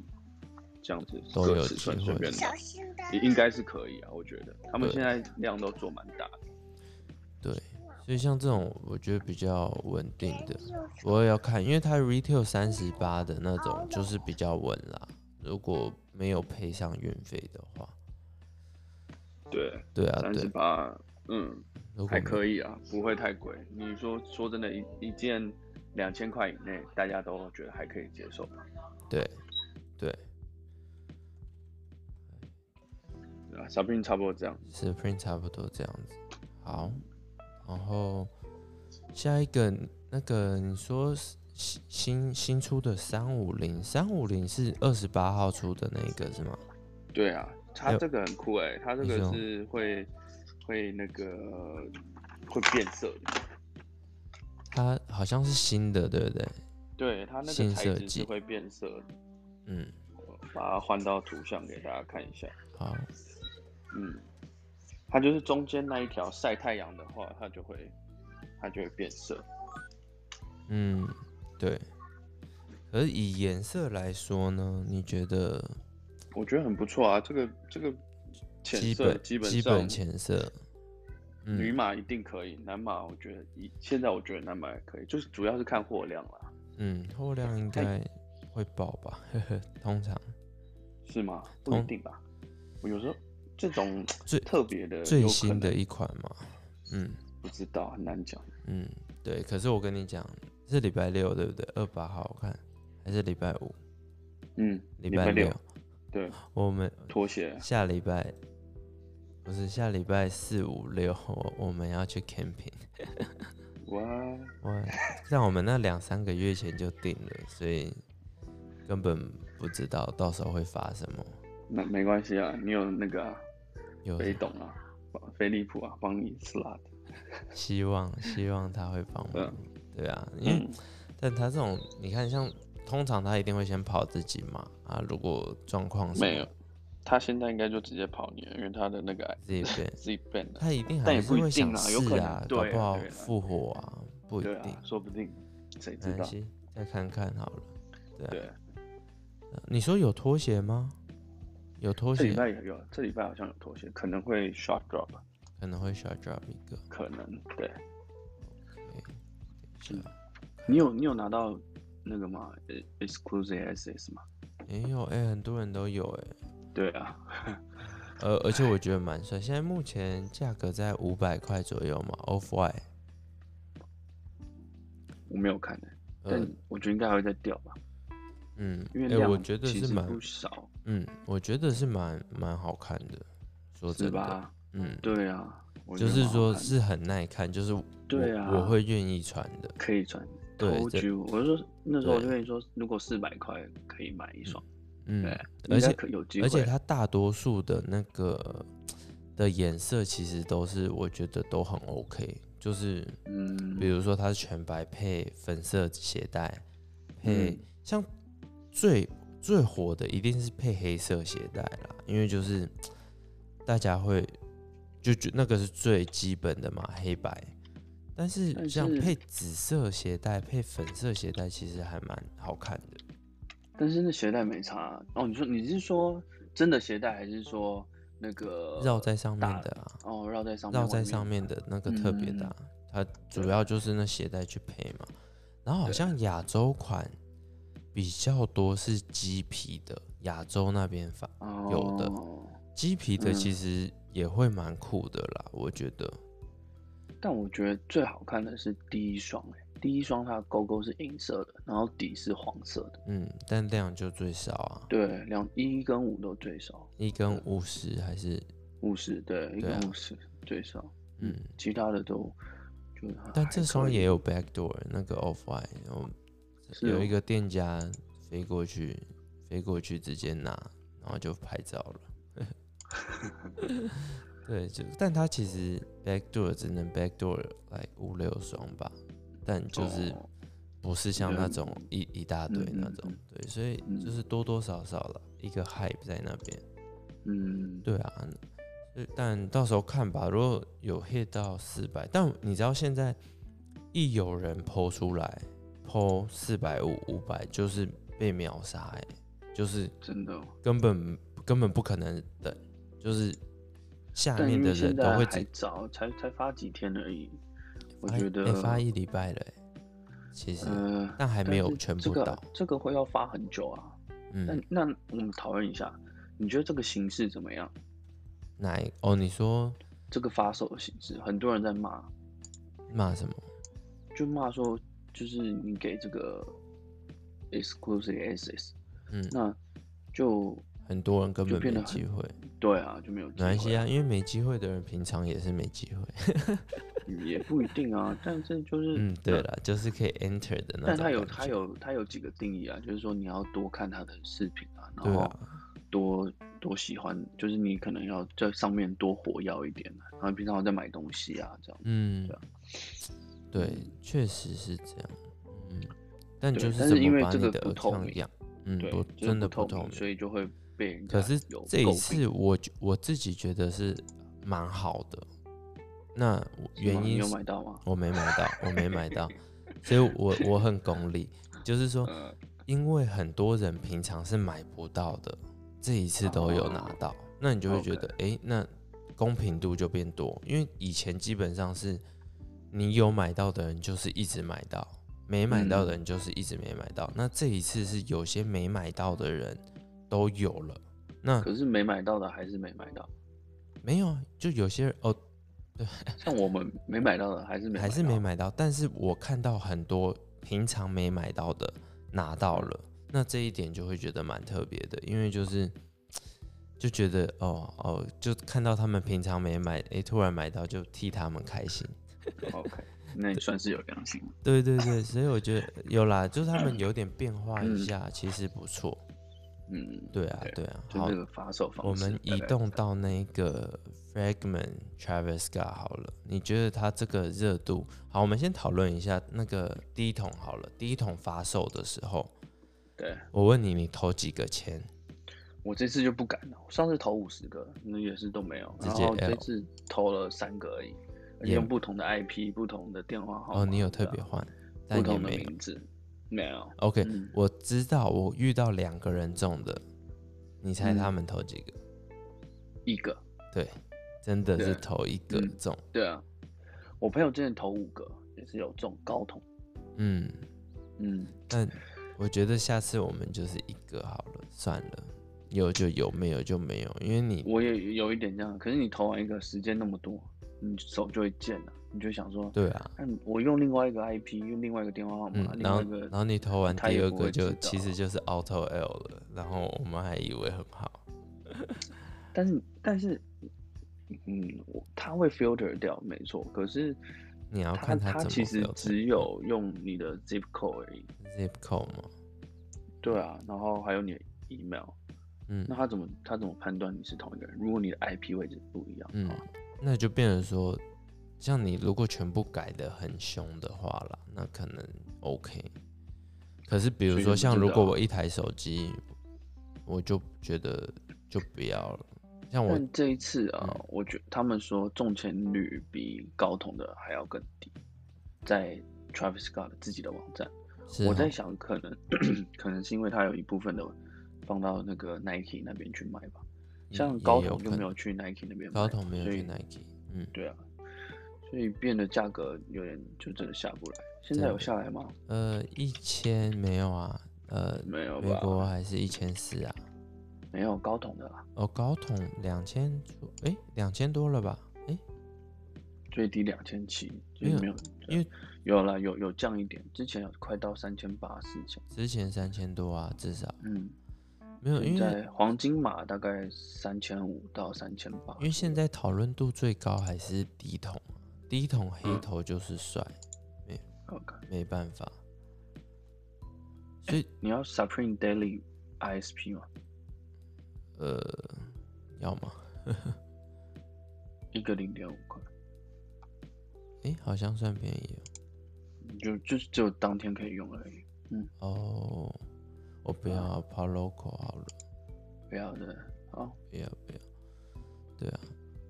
S2: 这样子
S1: 都
S2: 各
S1: 有
S2: 尺寸
S1: 机
S2: 随
S1: 会
S2: 便
S3: 小
S2: 拿，
S3: 心的，
S2: 也应该是可以啊，我觉得他们
S1: 对
S2: 现在量都做蛮大的，
S1: 对，所以像这种我觉得比较稳定的，
S3: 又
S1: 我也要看，因为它 retail 三十八的那种就是比较稳啦。如果没有配上运费的话，
S2: 对，
S1: 对啊，
S2: 三十
S1: 对，
S2: 八嗯，
S1: 如果
S2: 还
S1: 没
S2: 可以啊，不会太贵。你说说真的，一一件两千块以内，大家都觉得还可以接受吧？
S1: 对对
S2: 对啊，Supreme 差不多这样。
S1: ，Supreme 差不多这样子。好，然后下一个那个你说是新新新出的三五零，三五零是二十八号出的那个是吗？
S2: 对啊，它
S1: 有
S2: 这个很酷哎、它这
S1: 你
S2: 个
S1: 说
S2: 是会会那个会变色的，
S1: 它好像是新的，对不对？
S2: 对它那
S1: 新
S2: 个材
S1: 设
S2: 质
S1: 计
S2: 是会变色的。
S1: 嗯，
S2: 我把它换到图像给大家看一下。
S1: 好，
S2: 嗯，它就是中间那一条晒太阳的话，它就会它就会变色。
S1: 嗯，对。而以颜色来说呢，你觉得
S2: 我觉得很不错啊，这个这个浅
S1: 基
S2: 色
S1: 本
S2: 基本
S1: 基
S2: 上
S1: 本浅色，
S2: 女
S1: 嗯
S2: 码一定可以，男码我觉得一现在我觉得男码也可以，就是主要是看货量啦，
S1: 嗯，货量应
S2: 太呃
S1: 该会爆吧？ 呵呵，通常
S2: 是吗？不一
S1: 同
S2: 定吧。我有时候这种
S1: 嗯最
S2: 特别的有
S1: 最
S2: 可
S1: 新的
S2: 能
S1: 一款嘛，嗯
S2: 不知道很难讲。
S1: 嗯，对。可是我跟你讲，是礼拜六对不对？二八号我看还是礼拜五？
S2: 嗯，
S1: 礼
S2: 拜
S1: 六，
S2: 对
S1: 我们
S2: 拖鞋
S1: 下礼拜不是下礼拜四五六，我我们要去 camping。
S2: 哇，
S1: 我像我们那两三个月前就定了，所以根本不知道到时候会发什么。
S2: 那没关系啊，你有那个啊
S1: 有
S2: 北董啊，飞利浦啊，帮你 slot。
S1: 希 望，希望他会帮
S2: 对
S1: 忙
S2: 啊。
S1: 对啊，因为、
S2: 嗯，
S1: 但他这种，你看像通常他一定会先跑自己嘛啊，如果状况什么
S2: 没有他现在应该就直接跑你了，因为他的那个啊
S1: 自己变，
S2: 自己变 了。
S1: 他一定
S2: 但
S1: 还
S2: 也
S1: 是
S2: 不一
S1: 会想
S2: 定啦有
S1: 试
S2: 可能
S1: 啊，搞
S2: 对啊
S1: 不好
S2: 对啊
S1: 复活啊，不一
S2: 对
S1: 定
S2: 啊，，说不定，谁
S1: 没
S2: 知
S1: 关
S2: 道？
S1: 系，再看看好了。对啊，
S2: 对，
S1: 你说有拖鞋吗？有拖
S2: 这礼
S1: 鞋
S2: 拜也有，这礼拜好像有拖鞋，可能会 short drop，
S1: 可能会需要 drop 一个。
S2: 可能对。
S1: OK，等一下。
S2: 你有你有拿到那个吗呃？exclusive SS 吗？
S1: 也有哎、很多人都有哎、
S2: 对啊，
S1: 呃，而且我觉得蛮帅。现在目前价格在五百块左右嘛，Off White，
S2: 我没有看的、
S1: 呃
S2: 但，我觉得应该还会再掉吧，
S1: 嗯，
S2: 因为
S1: 哎、
S2: 量
S1: 我觉得
S2: 其
S1: 是
S2: 实
S1: 蛮，
S2: 不少，
S1: 嗯，我觉得是蛮蛮好看的，说
S2: 是
S1: 真的，
S2: 吧？
S1: 嗯，
S2: 对啊，我觉
S1: 就
S2: 得
S1: 是
S2: 蛮好
S1: 说
S2: 看的
S1: 是很耐看，就是我
S2: 对啊
S1: 我会愿意穿的，
S2: 可以穿。
S1: 对
S2: Told
S1: 这
S2: you，我就说那时候我
S1: 对
S2: 就跟你说，如果四百块可以买一双，
S1: 嗯
S2: 对，
S1: 而
S2: 应该
S1: 且
S2: 可有机会。
S1: 而且它大多数的那个的颜色其实都是我觉得都很 OK，就是
S2: 嗯，
S1: 比如说它是全白配粉色鞋带，配、
S2: 嗯
S1: 像最最火的一定是配黑色鞋带啦，因为就是大家会就觉那个是最基本的嘛，黑白。但是
S2: 但
S1: 像
S2: 是
S1: 配紫色鞋带、配粉色鞋带，其实还蛮好看的。
S2: 但是那鞋带没差哦。你说你是说真的鞋带，还是说那个
S1: 绕在上
S2: 打
S1: 面的啊，
S2: 哦绕在上面，
S1: 绕在上面的那个特别的啊、它主要就是那鞋带去配嘛。然后好像亚洲款比较多是鸡皮的，亚洲那边发
S2: 哦
S1: 有的鸡皮的
S2: 嗯
S1: 其实也会蛮酷的啦，我觉得。
S2: 但我觉得最好看的是第一双、欸，第一双它的勾勾是银色的，然后底是黄色的，
S1: 嗯，但量就最少啊，
S2: 对，两一跟五都最少，
S1: 一根五十还是
S2: 五十对，一
S1: 对啊
S2: 跟五十最少，
S1: 嗯，
S2: 其他的都就还
S1: 但这双也
S2: 还可以
S1: 有 backdoor 那个 off white，我
S2: 是
S1: 有
S2: 哦
S1: 一个店家飞过去，飞过去直接拿，然后就拍照了。 对，就但它其实 backdoor 只能 backdoor 来五六双吧，但就是
S2: 哦
S1: 不是像
S2: 对
S1: 那种一一大堆
S2: 嗯
S1: 那
S2: 嗯
S1: 种
S2: 嗯，
S1: 对，所以就是多多少少了一个 hype 在那边。
S2: 嗯
S1: 对啊，呃但到时候看吧。如果有 hit 到四百，但你知道现在一有人抛出来抛四百五、五百，就是被秒杀哎、就是
S2: 真的哦，
S1: 根本根本不可能等，就是下
S2: 但
S1: 面
S2: 因
S1: 的
S2: 为现
S1: 人都
S2: 在
S1: 会
S2: 还
S1: 只
S2: 早，才才发几天而已，我
S1: 发
S2: 觉得
S1: 哎发一礼拜了、欸，其实、
S2: 呃，
S1: 但还没
S2: 但
S1: 有
S2: 是
S1: 全
S2: 这
S1: 部
S2: 个
S1: 到，
S2: 这个会要发很久啊。那
S1: 嗯，
S2: 那我们讨论一下，你觉得这个形式怎么样？
S1: 哪一哦？你说
S2: 这个发售的形式，很多人在骂，
S1: 骂什么？
S2: 就骂说，就是你给这个 exclusive access，
S1: 嗯，
S2: 那就
S1: 很多人根
S2: 就
S1: 本
S2: 变
S1: 没
S2: 得很
S1: 机会。
S2: 对啊，就没有机
S1: 没关
S2: 会
S1: 系
S2: 啊，
S1: 啊，因为没机会的人平常也是没机会。
S2: 也不一定啊，但 是就是
S1: 嗯，对了，就是可以 enter 的那种感觉。
S2: 但它有它有它有几个定义啊，就是说你要多看它的视频啊，然
S1: 对
S2: 后
S1: 啊，
S2: 多、多喜欢，就是你可能要在上面多活跃一点啊、然后平常我在买东西啊这样。
S1: 嗯
S2: 对啊，
S1: 对，确实是这样。嗯，但
S2: 对
S1: 就是
S2: 但
S1: 怎
S2: 是因
S1: 么
S2: 为
S1: 把
S2: 这
S1: 你
S2: 个
S1: 的
S2: 不
S1: 偶
S2: 透
S1: 像
S2: 明
S1: 养？嗯，
S2: 对，
S1: 不，
S2: 就是
S1: 真的
S2: 透
S1: 不透明。
S2: 所以就会被人家
S1: 可是
S2: 有
S1: 这一
S2: 诟
S1: 次
S2: 病
S1: 我觉我自己觉得是蛮好的，那我
S2: 是吗
S1: 原
S2: 你
S1: 因
S2: 有
S1: 是
S2: 买到 吗？
S1: 我没买到，我没买到，所以我我很功利，就是说，
S2: 呃，
S1: 因为很多人平常是买不到的，这一次都有拿到，那你就会觉得，诶，那公平度就变多，因为以前基本上是你有买到的人就是一直买到，没买到的人就是一直没买到，那这一次是有些没买到的人都有了，那
S2: 可是没买到的还是没买到，
S1: 没有，啊，就有些人哦，
S2: 像我们没买到的还是没
S1: 还是没
S2: 到。
S1: 买到，但是我看到很多平常没买到的拿到了，那这一点就会觉得蛮特别的，因为就是就觉得哦哦，就看到他们平常没买，诶，突然买到就替他们开心。
S2: OK，那你算是有良心了。
S1: 对对对，所以我觉得有啦，就是他们有点变化一下，其实不错。
S2: 嗯，
S1: 对啊
S2: 对
S1: 对啊，
S2: 就
S1: 好
S2: 这，个发售方
S1: 我
S2: 式。
S1: 们移动到那个 Fragment Travis Scott 好了，你觉得他这个热度？好，我们先讨论一下那个第一桶好了。第一桶发售的时候，
S2: 对，对
S1: 我问你，你投几个签？
S2: 我这次就不敢了。我上次投五十个，那也是都没有，
S1: 直
S2: 然
S1: 接
S2: 后
S1: L
S2: 这次投了三个而已，而且
S1: 也
S2: 用不同的 IP、不同的电话号码。
S1: 哦，你有
S2: 对
S1: 特
S2: 啊
S1: 别换，但
S2: 不
S1: 也
S2: 同的
S1: 没有。
S2: 名字，没有。
S1: OK，、
S2: 嗯
S1: 我知道，我遇到两个人中的，你猜
S2: 嗯
S1: 他们投几个？
S2: 一个，
S1: 对，真的是
S2: 对
S1: 投一个
S2: 嗯
S1: 中。
S2: 对啊，我朋友之前投五个也是有中高筒，
S1: 嗯，
S2: 嗯，
S1: 但我觉得下次我们就是一个好了，算了，有就有，没有就没有，因为你
S2: 我也有一点这样，可是你投完一个时间那么多，你手就会贱了，你就想说，
S1: 对啊，
S2: 那我用另外一个 IP，用另外一个电话号
S1: 嗯
S2: 码，，另
S1: 然后
S2: 外一个，
S1: 然后你投完
S2: 他
S1: 第
S2: 也
S1: 二
S2: 不
S1: 个
S2: 会
S1: 就
S2: 知
S1: 其
S2: 道啊
S1: 实就是 Auto L 了，然后我们还以为很好，
S2: 但是但是，嗯，我他会 filter 掉，没错，可是
S1: 你要
S2: 他
S1: 看它
S2: 他
S1: 怎么
S2: 其实
S1: filter
S2: 只有用你的 zip code 而已，
S1: zip code 嘛，
S2: 对啊，然后还有你的 email，
S1: 嗯
S2: 那他怎么他怎么判断你是同一个人？如果你的 IP 位置不一样，
S1: 嗯，那就变成说，像你如果全部改的很凶的话啦，那可能 OK。可是比如
S2: 所以就
S1: 说
S2: 不
S1: 像
S2: 知
S1: 如果
S2: 道
S1: 我一台手机，我就觉得就不要了，像我嗯
S2: 但这一次啊，我觉他们说中签率比高通的还要更低，在 Travis Scott 自己的网站，
S1: 是
S2: 我
S1: 哦
S2: 在想可能可能是因为它有一部分的放到那个 Nike 那边去卖吧，
S1: 也
S2: 像
S1: 也
S2: 高
S1: 有
S2: 通
S1: 可
S2: 就没
S1: 能
S2: 有去 Nike 那边卖
S1: 高
S2: 嘛，
S1: 筒没有
S2: 所
S1: 去
S2: 以
S1: Nike，嗯，
S2: 对啊，所以变得价格有点就真的下不来。现在
S1: 真
S2: 有
S1: 的
S2: 下来吗？
S1: 呃，一千没有啊，呃，
S2: 没有
S1: 美
S2: 吧？
S1: 国还是一千四啊。
S2: 没有高通的啦，
S1: 哦，高筒两千出，哎，两千多了吧？哎，
S2: 最低两千七，
S1: 没
S2: 就是
S1: 有
S2: 没有，
S1: 因为
S2: 有啦，有有降一点，之前有快到三千八四千，
S1: 之前三千多啊，至少
S2: 嗯。
S1: 没有，
S2: 现
S1: 因为
S2: 在黄金码大概三千五到三千八
S1: 因，为现在讨论度最高还是低筒啊，低筒黑头就是帅，
S2: OK，
S1: 没办法。所以
S2: 你要 Supreme Daily ISP 吗？
S1: 呃，要吗？
S2: 一个零点五块，
S1: 哎，好像算便宜
S2: 你就就是只有当天可以用而已，
S1: 哦。哦，我不要啊跑 local 好了。
S2: 不要的。好，
S1: 不要不要。对啊，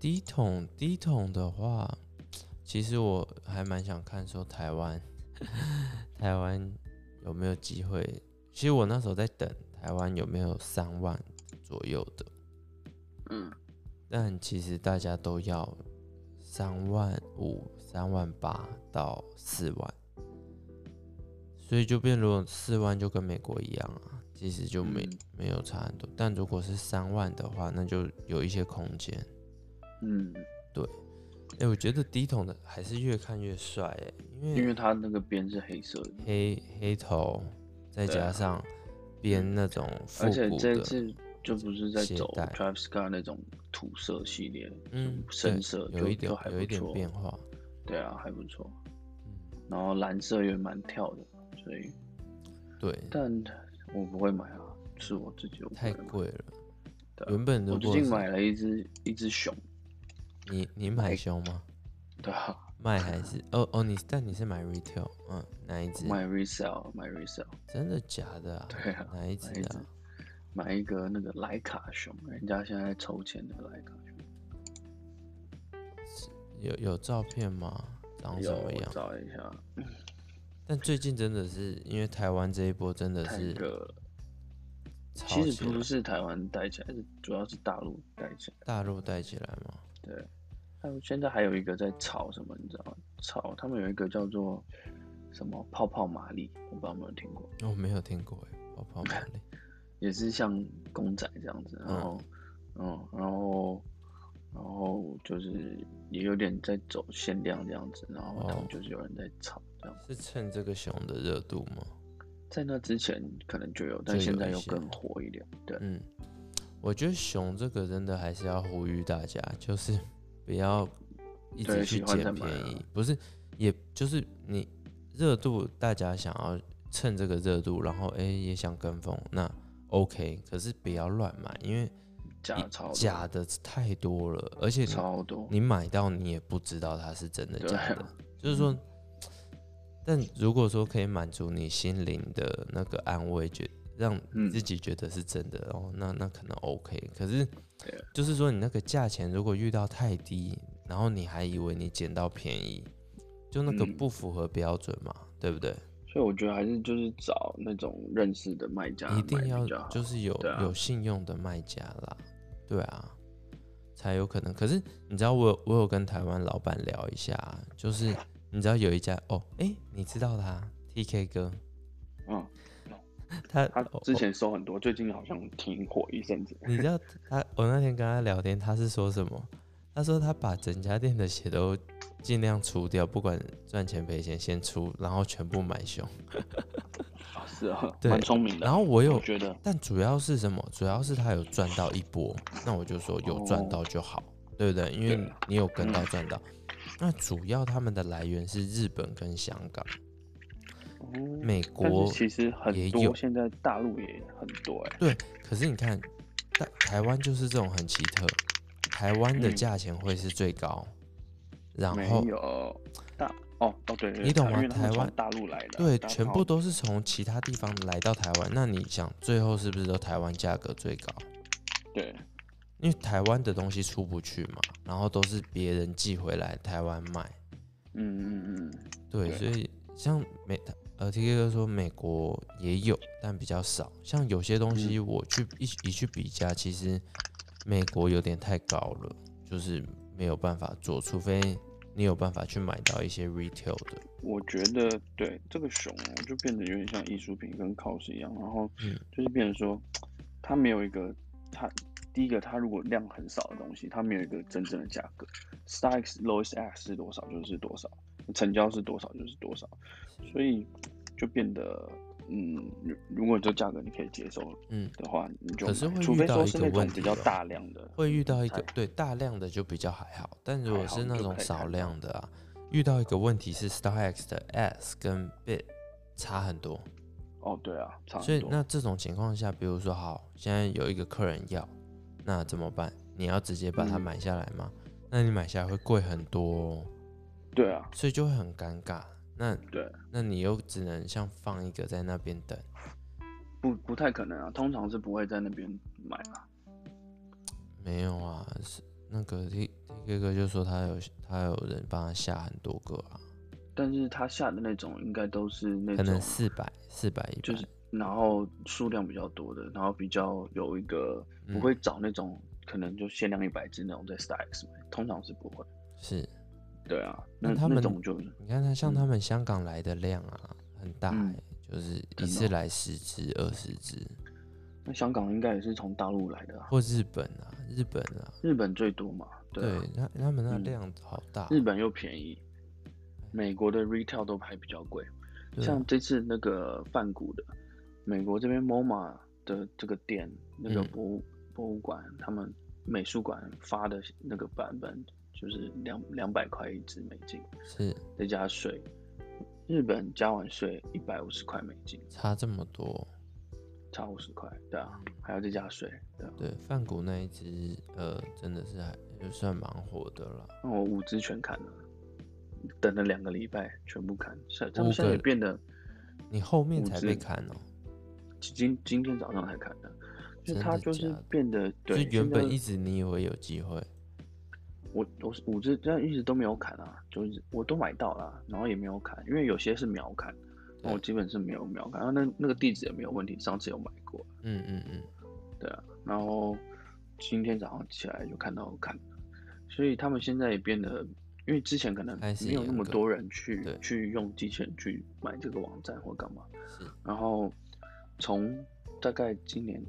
S1: 低筒低筒的话，其实我还蛮想看说台湾 台湾有没有机会。其实我那时候在等台湾有没有三万左右的，
S2: 嗯，
S1: 但其实大家都要三万五、三万八到四万，所以就变如果四万就跟美国一样啊，其实就没、
S2: 嗯
S1: 没有差很多。但如果是三万的话，那就有一些空间。
S2: 嗯，
S1: 哎、我觉得低筒的还是越看越帅哎，因
S2: 因
S1: 为
S2: 为它那个边是黑色的，
S1: 黑黑头，再
S2: 对啊
S1: 加上编那种复
S2: 而且
S1: 古
S2: 这
S1: 的，
S2: 次就不是在
S1: 鞋
S2: 走
S1: 带
S2: Travis Scott 那种土色系列，
S1: 嗯，
S2: 深
S1: 对
S2: 色
S1: 有
S2: 就
S1: 一点
S2: 就还
S1: 有
S2: 不
S1: 一点
S2: 错
S1: 变化，
S2: 对啊，还不错。
S1: 嗯，
S2: 然后蓝色也蛮跳的，所以
S1: 对，
S2: 但我不会买啊，是我自己我不
S1: 太
S2: 会买。
S1: 贵了。
S2: 对啊
S1: 原本
S2: 我
S1: 如
S2: 最
S1: 果
S2: 近
S1: 是
S2: 买了一只一只熊，
S1: 你你买熊吗？
S2: 对啊，
S1: 卖还是哦哦你但你是买 retail 嗯哪一只？
S2: 买 resell 买 resell
S1: 真的假的啊？
S2: 对啊
S1: 哪一只
S2: 买一只
S1: 啊？
S2: 买一个那个莱卡熊，人家现在在抽签的莱卡熊，
S1: 有有照片吗？长什
S2: 有
S1: 么
S2: 我
S1: 样？
S2: 找一下，
S1: 但最近真的是因为台湾这一波真的
S2: 泰
S1: 是
S2: 戈，
S1: 炒
S2: 其
S1: 起
S2: 实不
S1: 来，
S2: 是台湾带起来，是主要是大陆带起来。
S1: 大陆带起来嘛。
S2: 对，他们现在还有一个在炒什么，你知道吗？炒他们有一个叫做什么泡泡玛丽，我不知道有没有听过，
S1: 我没有听过哎，泡泡 玛丽。
S2: 也是像公仔这样子，然后，嗯，然后，然后就是也有点在走限量这样子，然后他们
S1: 哦
S2: 就是有人在炒这样。
S1: 是趁这个熊的热度吗？
S2: 在那之前可能就有，但
S1: 就
S2: 现
S1: 有
S2: 在
S1: 一
S2: 又
S1: 些
S2: 更火一点。对，
S1: 嗯，我觉得熊这个真的还是要呼吁大家，就是不要一直
S2: 对
S1: 去
S2: 喜欢
S1: 捡
S2: 再买
S1: 便
S2: 啊
S1: 宜，不是，也就是你热度，大家想要趁这个热度，然后哎、诶也想跟风，那 OK，可是不要乱买，因为
S2: 假
S1: 一
S2: 超多
S1: 假的太多了，而且你
S2: 超多，
S1: 你买到你也不知道它是真的
S2: 哦对
S1: 假的， 就是说，但如果说可以满足你心灵的那个安慰，觉让
S2: 嗯
S1: 自己觉得是真的、哦，那那可能 OK。可是
S2: 对啊
S1: 就是说，你那个价钱如果遇到太低，然后你还以为你捡到便宜，就那个
S2: 嗯
S1: 不符合标准嘛，对不对？
S2: 所以我觉得还是就是找那种认识的卖家
S1: 一
S2: 买
S1: 定
S2: 比
S1: 要
S2: 较好
S1: 就是有、
S2: 对啊
S1: 有信用的卖家啦，对啊，才有可能。可是你知道我有我有跟台湾老板聊一下啊，就是你知道有一家哦，诶，你知道他 TK 哥，
S2: 嗯。
S1: 他
S2: 他
S1: 哦
S2: 之
S1: 哦
S2: 前收很多，最近好像停火一阵子。
S1: 你知道他我那天跟他聊天，他是说什么？他说他把整家店的血都尽量出掉，不管赚钱赔钱先出，然后全部买凶。
S2: 啊是啊，
S1: 对
S2: 蛮聪明的。
S1: 然后我有
S2: 我觉得，
S1: 但主要是什么？主要是他有赚到一波，那我就说有赚到就好，对不对？因为
S2: 对嗯
S1: 你有跟到赚到。那主要他们的来源是日本跟香港、
S2: 嗯
S1: 美
S2: 但
S1: 国
S2: 是，其实
S1: 也有
S2: 很多，现在大陆也很多哎、
S1: 对。可是你看，但台湾就是这种很奇特，台湾的
S2: 嗯
S1: 价钱会是最高，然
S2: 没
S1: 后
S2: 有大哦哦对对，
S1: 你懂
S2: 他
S1: 吗
S2: 因为他们
S1: 台湾
S2: 从大陆来的，
S1: 对，
S2: 大
S1: 全
S2: 炮
S1: 部都是从其他地方来到台湾。那你想，最后是不是都台湾价格最高？
S2: 对
S1: 因为台湾的东西出不去嘛，然后都是别人寄回来台湾卖。
S2: 嗯嗯嗯，
S1: 对，
S2: 对
S1: 所以像美呃 T K 哥说美国也有，但比较少。像有些东
S2: 嗯
S1: 西我去一一去比价，其实美国有点太高了，就是没有办法做，除非你有办法去买到一些 retail 的。
S2: 我觉得对这个熊哦就变得有点像艺术品跟 cos 一样，然后
S1: 嗯
S2: 就是变成说，它没有一个它第一个它如果量很少的东西，它没有一个真正的价格，Star X lowest X 是多少就是多少，成交是多少就是多少，所以就变得嗯，如如果这价格你可以接受
S1: 嗯
S2: 的话，你就
S1: 可是
S2: 买
S1: 会
S2: 除
S1: 遇
S2: 非
S1: 到
S2: 说
S1: 一
S2: 是
S1: 个
S2: 那种
S1: 问
S2: 比
S1: 题
S2: 较
S1: 哦
S2: 大量的，
S1: 会遇到一个
S2: 才
S1: 对大量的就比较还好，但如果
S2: 还好
S1: 是那
S2: 就
S1: 种
S2: 可以
S1: 少
S2: 看到
S1: 量的啊，遇到一个问题是 Star X 的 S 跟 bit 差很多，
S2: 哦对啊，差
S1: 所
S2: 很
S1: 以
S2: 多，
S1: 那这种情况下，比如说好，现在有一个客人要，那怎么办？你要直接把它
S2: 嗯
S1: 买下来吗？那你买下来会贵很多哦、
S2: 对啊
S1: 所以就会很尴尬。那
S2: 对。
S1: 那你又只能像放一个在那边等，
S2: 不不太可能啊，通常是不会在那边买啦。
S1: 没有啊？是那个 T T 哥就说他有他有人帮他下很多个啊，
S2: 但是他下的那种应该都是那
S1: 可
S2: 种
S1: 能，四百四百一
S2: 就
S1: 百
S2: 是，然后数量比较多的，然后比较有一个
S1: 嗯
S2: 不会找那种、可能就限量一百只那种在 Star X 买，通常是不会。
S1: 是。
S2: 对啊，
S1: 那
S2: 那
S1: 他们
S2: 那种就
S1: 你看他像
S2: 嗯
S1: 他们香港来的量啊，很大、
S2: 嗯
S1: 欸，就是一
S2: 真的
S1: 次
S2: 哦
S1: 来十只、二十只，
S2: 那香港应该也是从大陆来的、啊，
S1: 或日本啊，日本啊，
S2: 日本最多嘛，啊
S1: 对，他他们那
S2: 嗯
S1: 量好大，
S2: 日本又便宜，美国的 retail 都还比较贵。
S1: 对啊
S2: 像这次那个梵谷的，美国这边 MoMA 的这个店，那个
S1: 嗯
S2: 博物、博物馆，他们美术馆发的那个版本就是两两百块一支美金，
S1: 是
S2: 再加税，日本加完税一百五十块美金，
S1: 差这么多。
S2: 差五十块，对啊，还要再加税，对啊。
S1: 对，范谷那一只，呃，真的是还也算蛮火的了。
S2: 那我五支全砍了，等了两个礼拜全部砍，现他们
S1: 五
S2: 现在也
S1: 个
S2: 变得
S1: 你后面
S2: 五
S1: 才
S2: 只
S1: 被砍哦、
S2: 今今天早上才砍的，就
S1: 真的
S2: 它就
S1: 假
S2: 是
S1: 的
S2: 变得
S1: 就
S2: 对，
S1: 原本
S2: 现在
S1: 一直你以为有机会，
S2: 我我是五只，但一直都没有砍啊，就是我都买到了，啊然后也没有砍，因为有些是秒砍，那
S1: 对
S2: 我基本是没有秒砍，然后那那个地址也没有问题，上次有买过，
S1: 嗯嗯嗯，
S2: 对啊，然后今天早上起来就看到砍，所以他们现在也变得，因为之前可能
S1: 开始
S2: 没有那
S1: 严
S2: 么
S1: 格
S2: 多人去
S1: 对
S2: 去用机器人去买这个网站或干嘛，
S1: 是
S2: 然后从大概今年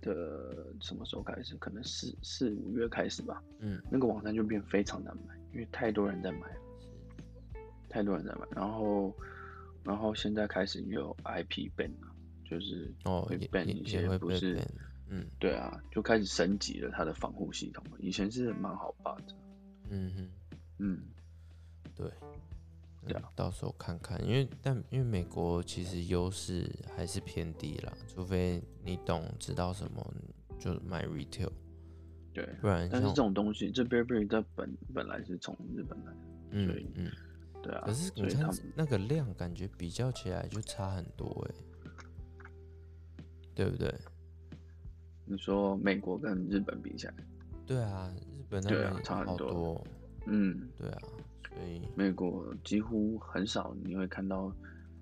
S2: 的什么时候开始，可能四四五月开始吧，
S1: 嗯
S2: 那个网站就变非常难买，因为太多人在买了，
S1: 是，
S2: 太多人在买。然后，然后现在开始有 IP ban 了，就是
S1: 哦
S2: 会
S1: 也
S2: ban
S1: 也
S2: 一
S1: 也
S2: 些
S1: 会
S2: 不
S1: 被
S2: 是
S1: ban，嗯
S2: 对啊，就开始升级了它的防护系统了。以前是蛮好霸的，
S1: 嗯哼，
S2: 嗯，
S1: 对，嗯
S2: 对啊
S1: 到时候看看，因为但因为美国其实优势还是偏低啦，除非你懂知道什么就买 retail，
S2: 对。
S1: 不然
S2: 但是
S1: 像
S2: 这种东西，这 Burberry 它本本来是从日本来的，所以
S1: 嗯嗯，
S2: 对啊，
S1: 可是
S2: 所
S1: 你
S2: 以他
S1: 看
S2: 们
S1: 那个量，感觉比较起来就差很多哎、对不对？
S2: 你说美国跟日本比起来，
S1: 对啊，日本那
S2: 对啊
S1: 边
S2: 差很
S1: 好
S2: 多
S1: 多，
S2: 嗯，
S1: 对啊，所以
S2: 美国几乎很少你会看到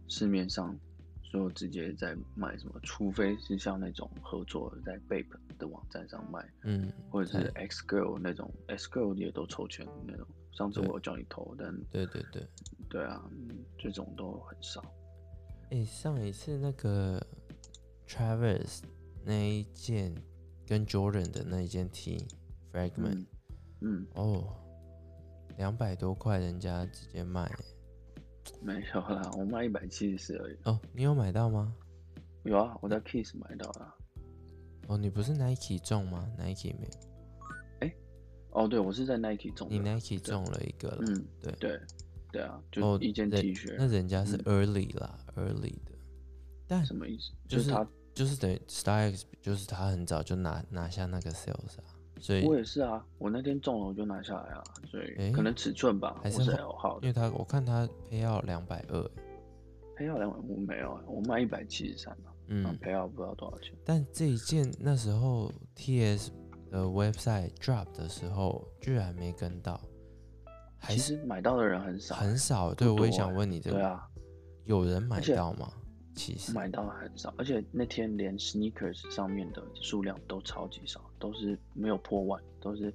S2: 市面上说直接在卖什么，除非是像那种合作的在 Bape 的网站上卖，
S1: 嗯，
S2: 或者是
S1: 对
S2: X Girl 那种，X Girl 也都抽签那种。上次
S1: 对
S2: 我有叫你投，但
S1: 对对对，
S2: 对啊，嗯这种都很少。
S1: 哎、上一次那个 Travis 那一件跟 Jordan 的那一件 T Fragment，、
S2: 嗯嗯，
S1: 哦，两百多块人家直接卖欸
S2: 没有啦，我卖一百七十而已。
S1: 哦，你有买到吗？
S2: 有啊，我在 Kiss 买到啦。
S1: 哦，你不是 Nike 中吗？Nike 没有，
S2: 哦，对，我是在 Nike 中
S1: 你
S2: 的。
S1: Nike 中了一个了，
S2: 嗯，
S1: 对
S2: 对，对啊，就
S1: 哦，
S2: 一件
S1: 人
S2: T 恤。
S1: 那人家是
S2: 嗯
S1: early 啦、e a r l y 的，但
S2: 什么意思？
S1: 就是
S2: 他
S1: 就是等于 Star X，就是他很早就拿拿下那个 sales 啊，所以
S2: 我
S1: 因
S2: 也是啊，我那天中了我就拿下来啊，所以
S1: 诶
S2: 可能尺寸吧，
S1: 还
S2: 我
S1: 是
S2: 是
S1: 后
S2: L 号的。
S1: 为他我看他配要两百二，
S2: 培奥两百我没有啊，我卖一百七十三啊，然后
S1: 嗯，
S2: 培奥不知道多少钱。
S1: 但这一件那时候 TS 的 website drop 的时候居然没跟到，还
S2: 其
S1: 是
S2: 实买到的人很少，
S1: 很少。对，我也
S2: 多
S1: 想
S2: 欸
S1: 问你这
S2: 对
S1: 个，
S2: 啊，
S1: 有人买
S2: 且
S1: 到吗？其实
S2: 买到的很少，而且那天连 sneakers 上面的数量都超级少，都是没有破万，都是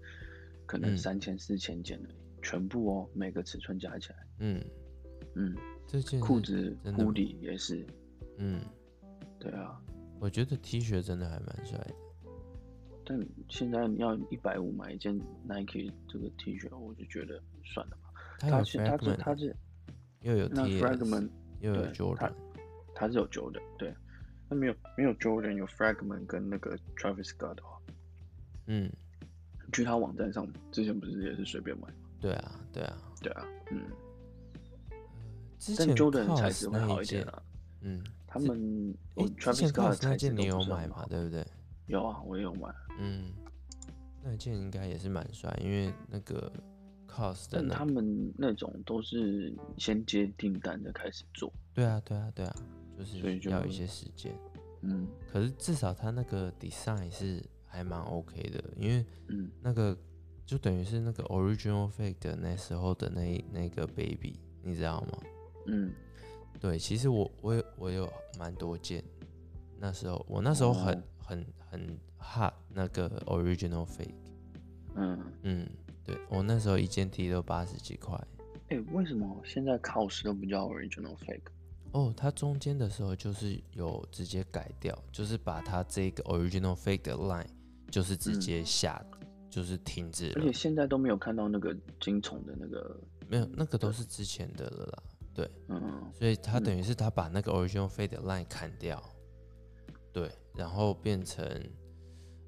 S2: 可能
S1: 嗯
S2: 三千四千件而已，全部哦，每个尺寸加起来，
S1: 嗯，
S2: 嗯，
S1: 这件
S2: 裤
S1: 是，
S2: 子
S1: 真的
S2: h 底也是，
S1: 嗯，
S2: 对啊，
S1: 我觉得 T 恤真的还蛮帅的，
S2: 但现在你要一百五买一件 Nike 这个 T 恤，我就觉得算了吧。
S1: 他有
S2: 是他是他
S1: Fragment，
S2: 是
S1: 又有
S2: 那 Fragment
S1: TS，又有
S2: 对他
S1: Jordan，
S2: 他是有 Jordan 对，那没有没有 Jordan 有 Fragment 跟那个 Travis Scott 的话，
S1: 嗯，
S2: 你去他网站上之前不是也是随便买吗？
S1: 对啊，对啊，
S2: 对啊，嗯，
S1: 之
S2: 但
S1: 前
S2: Jordan 材
S1: COS
S2: 质会
S1: 那
S2: 好
S1: 一
S2: 一点
S1: 件，
S2: 啊。
S1: 嗯，
S2: 他们
S1: 诶
S2: 我
S1: 之前
S2: Travis Scott 的
S1: COS 那
S2: 材质
S1: 件
S2: 都
S1: 你有
S2: 不是
S1: 买
S2: 很
S1: 嘛，
S2: 好。
S1: 对不对？
S2: 有啊，我也有买。
S1: 嗯，那件应该也是蛮帅，因为那个 COS 的啊
S2: 但
S1: 那
S2: 他们那种都是先接订单再开始做，
S1: 对啊，对啊，对啊，就
S2: 所
S1: 是
S2: 以就
S1: 要一些时间。
S2: 嗯
S1: 可是至少他那个 design 是还蛮 OK 的，因为
S2: 嗯，
S1: 那个就等于是那个 original fake 的那时候的那那个 baby，你知道吗？
S2: 嗯，
S1: 对，其实我我有我有蛮多件，那时候我那时候很、
S2: 哦
S1: 很很 hot 那个 original fake，
S2: 嗯，
S1: 嗯，对我那时候一件 T 都八十几块。
S2: 哎、为什么现在 cos 都不叫 original fake？
S1: 哦，它中间的时候就是有直接改掉，就是把它这个 original fake 的 line 就是直接下、就是停止
S2: 嗯而
S1: 了
S2: 且，现在都没有看到那个金虫的那个，
S1: 没有那个都是之前的了啦。对，
S2: 嗯，
S1: 所以他
S2: 嗯
S1: 等于是他把那个 original fade line 砍掉，对，然后变成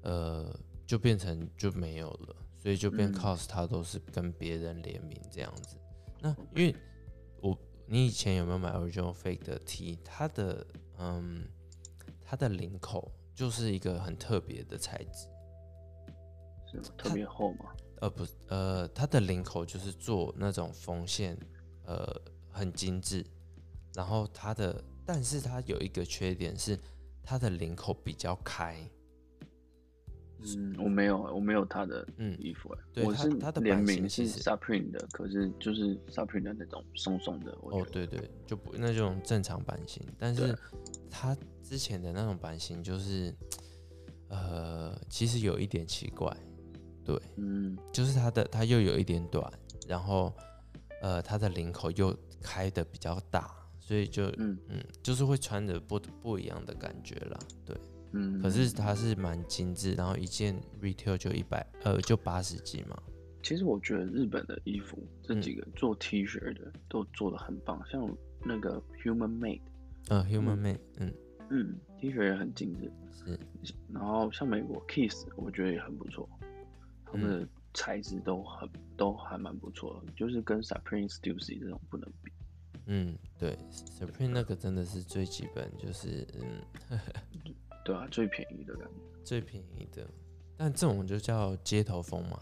S1: 呃，就变成就没有了，所以就变
S2: 嗯
S1: cos 它都是跟别人联名这样子。那因为我你以前有没有买 original fade 的 T？它的嗯，它的领口就是一个很特别的材质，
S2: 是特别厚嘛，
S1: 呃，不是，呃，它的领口就是做那种缝线，呃，很精致。然后它的，但是它有一个缺点是，它的领口比较开。
S2: 嗯，我没有，我没有他的
S1: 嗯
S2: 衣服、欸，
S1: 对
S2: 我
S1: 它
S2: 是
S1: 它的版
S2: 联
S1: 型
S2: 名
S1: 其
S2: 是
S1: 实
S2: Supreme 的，可是就是 Supreme 的那种松松的，我
S1: 哦
S2: 觉，得
S1: 对对，就不那种正常版型，但
S2: 对
S1: 是它之前的那种版型就是，呃，其实有一点奇怪。对，
S2: 嗯，
S1: 就是它的它又有一点短，然后呃，它的领口又开的比较大，所以就
S2: 嗯
S1: 嗯，就是会穿着不不一样的感觉啦。对，
S2: 嗯，
S1: 可是它是蛮精致，然后一件 retail 就一百呃就八十几嘛。
S2: 其实我觉得日本的衣服这
S1: 嗯
S2: 几个做 T 恤的都做的很棒，像那个 Human Made，
S1: 呃，Human Man，嗯
S2: 嗯，T 恤也很精致。
S1: 是，
S2: 然后像美国 Kiss，我觉得也很不错，他们
S1: 嗯
S2: 的材质都很都还蛮不错的，就是跟 Supreme Stussy 这种不能比。
S1: 嗯对，Supreme 那个真的是最基本，就是嗯
S2: 对啊，最便宜的感觉。
S1: 最便宜的，但这种就叫街头风嘛。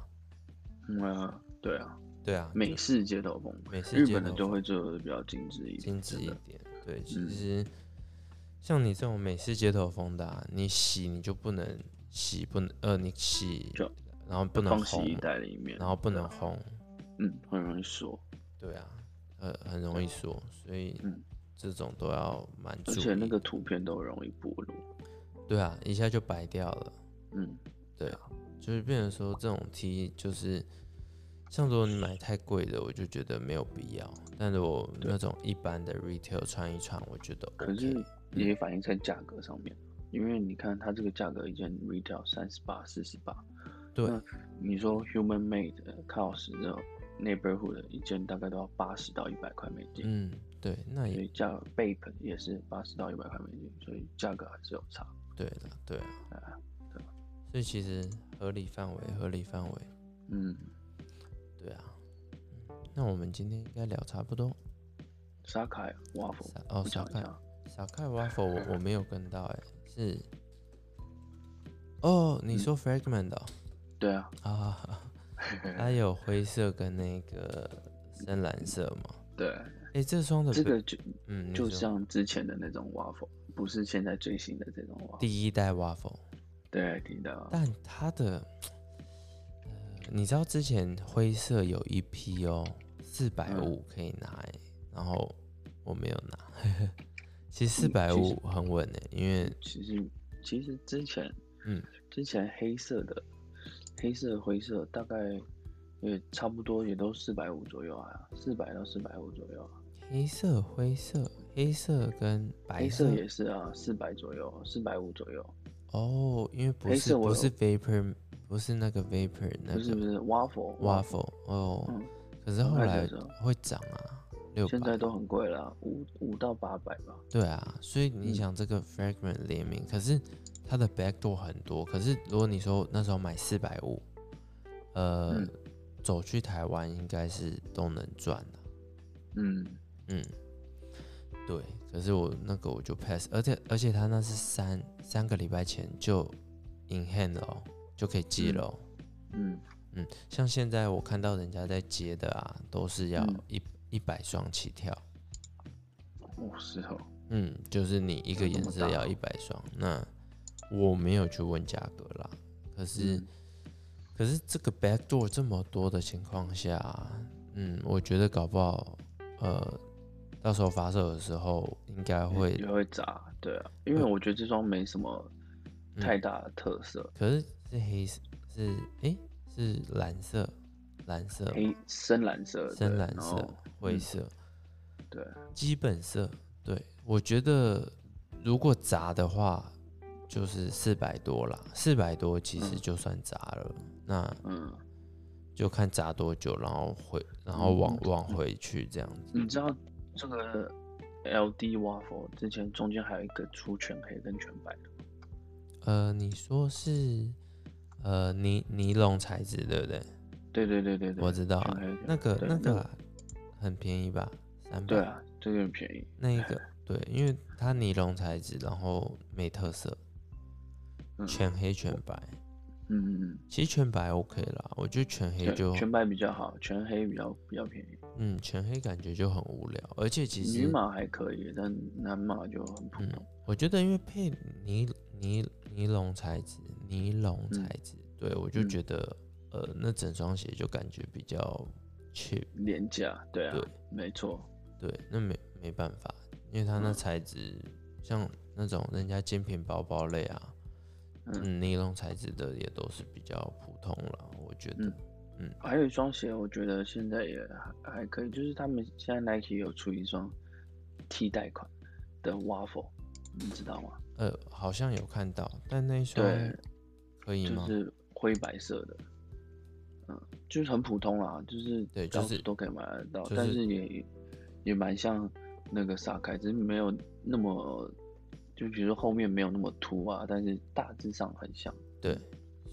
S2: 嗯、啊对啊，
S1: 对啊，
S2: 美
S1: 就
S2: 式街头风，
S1: 美式
S2: 日
S1: 街
S2: 本的
S1: 头
S2: 就
S1: 风
S2: 会做的比较精致一点。
S1: 精致
S2: 真
S1: 一
S2: 的
S1: 点。对，其
S2: 嗯
S1: 实像你这种美式街头风的、啊，你洗你就不能洗，不能呃，你洗
S2: 就
S1: 然后不能
S2: 放洗衣
S1: 烘，
S2: 袋里面，
S1: 然后不
S2: 对
S1: 能
S2: 啊
S1: 烘，
S2: 嗯，很容易缩。
S1: 对啊，呃，很容易缩，所以
S2: 啊嗯
S1: 这种都要蛮
S2: 而
S1: 注意。
S2: 且那个图片都容易剥落。
S1: 对啊，一下就白掉了。
S2: 嗯，
S1: 对啊，就是变成说这种 T 就是，像如果你买太贵的，我就觉得没有必要。但如果那种一般的 retail 穿一穿，我觉得 OK。嗯
S2: 可是也反映在价格上面，因为你看它这个价格一件 retail 三十八、四十八，
S1: 对，
S2: 那你说 human made cost 这种 neighborhood 的一件大概都要八十到一百块美金，
S1: 嗯，对，那也
S2: 所以价 Bape 也是八十到一百块美金，所以价格还是有差。
S1: 对的，对啊，
S2: 啊对啊
S1: 所以其实合理范围，合理范围，
S2: 嗯，
S1: 对啊。嗯那我们今天应该聊差不多。
S2: 沙凯瓦佛
S1: 沙，哦
S2: 我想一
S1: 沙凯
S2: 下，
S1: 小开 waffle 我我没有跟到、欸， 是哦，你说 fragment 哦、
S2: 对啊，
S1: 啊， 它有灰色跟那个深蓝色嘛？
S2: 对，
S1: 哎、这双的
S2: 这
S1: 不
S2: 个就
S1: 嗯，你
S2: 就
S1: 说
S2: 像之前的那种瓦佛，不是现在最新的这种瓦佛。
S1: 第一代 waffle，
S2: 对，啊听到。
S1: 但它的呃，你知道之前灰色有一批哦，四百
S2: 嗯
S1: 五可以拿、欸，然后我没有拿， 其实四百
S2: 嗯其
S1: 五
S2: 实
S1: 很稳诶、因为
S2: 其实其实之前，
S1: 嗯，
S2: 之前黑色的、黑色、灰色大概也差不多，也都四百五左右啊，四百到四百五左右啊。
S1: 黑色、灰色、黑色跟白
S2: 黑色也是啊，四百左右，四百五左右。
S1: 哦，因为不
S2: 黑
S1: 是
S2: 色
S1: 不
S2: 我有
S1: 是 vapor，不是那个 vapor 那
S2: 不是不
S1: 个
S2: 是，waffle
S1: waffle 哦，
S2: 嗯，
S1: 可是后
S2: 刚开
S1: 来
S2: 始的时候
S1: 会涨啊，六
S2: 现在
S1: 百
S2: 都很贵了，五五到八百吧。
S1: 对啊，所以你
S2: 嗯
S1: 想这个 fragment 联名，可是它的 backdoor 很多，可是如果你说那时候买四百五，呃，
S2: 嗯
S1: 走去台湾应该是都能赚的、
S2: 嗯，
S1: 嗯，对，可是我那个我就 pass，而且而且他那是三三个礼拜前就 in hand 了哦，就可以寄
S2: 嗯
S1: 了哦、
S2: 嗯，
S1: 嗯，像现在我看到人家在接的啊，都是要
S2: 嗯
S1: 一一百双起跳。
S2: 哦，是哦，
S1: 嗯，就是你一个
S2: 有那
S1: 颜
S2: 么
S1: 色
S2: 大
S1: 要
S2: 哦
S1: 一百双。那我没有去问价格啦，可是、
S2: 嗯
S1: 可是这个 backdoor 这么多的情况下啊，嗯，我觉得搞不好呃，到时候发售的时候应
S2: 嗯
S1: 该会
S2: 也会砸，对啊，因为我觉得这双没什么
S1: 嗯
S2: 太大的特色，
S1: 可是是黑色是诶、是蓝色蓝色吗
S2: 黑深蓝色的，
S1: 深蓝
S2: 然
S1: 色
S2: 后
S1: 灰
S2: 嗯
S1: 色，
S2: 对，
S1: 基本色，对我觉得如果砸的话，就是四百多啦，四百多其实就算砸了，那
S2: 嗯，
S1: 就看砸多久，然后回，然后往往回去这样子。
S2: 你知道嗯这个 LD waffle 之前中间还有一个出全黑跟全白的，
S1: 呃，你说是呃尼尼龙材质对不对？
S2: 对对对对对，
S1: 我知道
S2: 全
S1: 啊
S2: 黑跟，
S1: 那个
S2: 对
S1: 那
S2: 那
S1: 个
S2: 个
S1: 啊很便宜吧，三
S2: 对
S1: 百。
S2: 啊，这个很便宜，
S1: 那一个对，因为它尼龙材质，然后没特色，
S2: 嗯
S1: 全黑全白。
S2: 嗯嗯嗯，
S1: 其实全白 OK 啦，我觉得全黑
S2: 全
S1: 就
S2: 全白比较好，全黑比较比较便宜，
S1: 嗯全黑感觉就很无聊，而且其
S2: 女
S1: 实
S2: 码还可以，但男码就很普通，
S1: 我觉得因为配尼尼尼龙材质，尼龙
S2: 嗯
S1: 材质，对我就
S2: 嗯
S1: 觉得呃那整双鞋就感觉比较 cheap，
S2: 廉价，对啊
S1: 嗯对，
S2: 没错，
S1: 对，那没没办法，因为它那
S2: 嗯
S1: 材质像那种人家精品包包类啊，
S2: 嗯
S1: 嗯，尼龙材质的也都是比较普通了，我觉得
S2: 嗯。还有一双鞋，我觉得现在也还还可以，就是他们现在 Nike 有出一双替代款的 Waffle，你知道吗？
S1: 呃，好像有看到，但那一双
S2: 对
S1: 可以
S2: 就
S1: 吗？
S2: 是灰白色的，嗯，就是很普通啦，就是
S1: 对就
S2: 到
S1: 是
S2: 处都可以买得到，
S1: 就是
S2: 但是也也蛮像那个萨凯，只是没有那么，就比如说后面没有那么凸啊，但是大致上很像
S1: 对，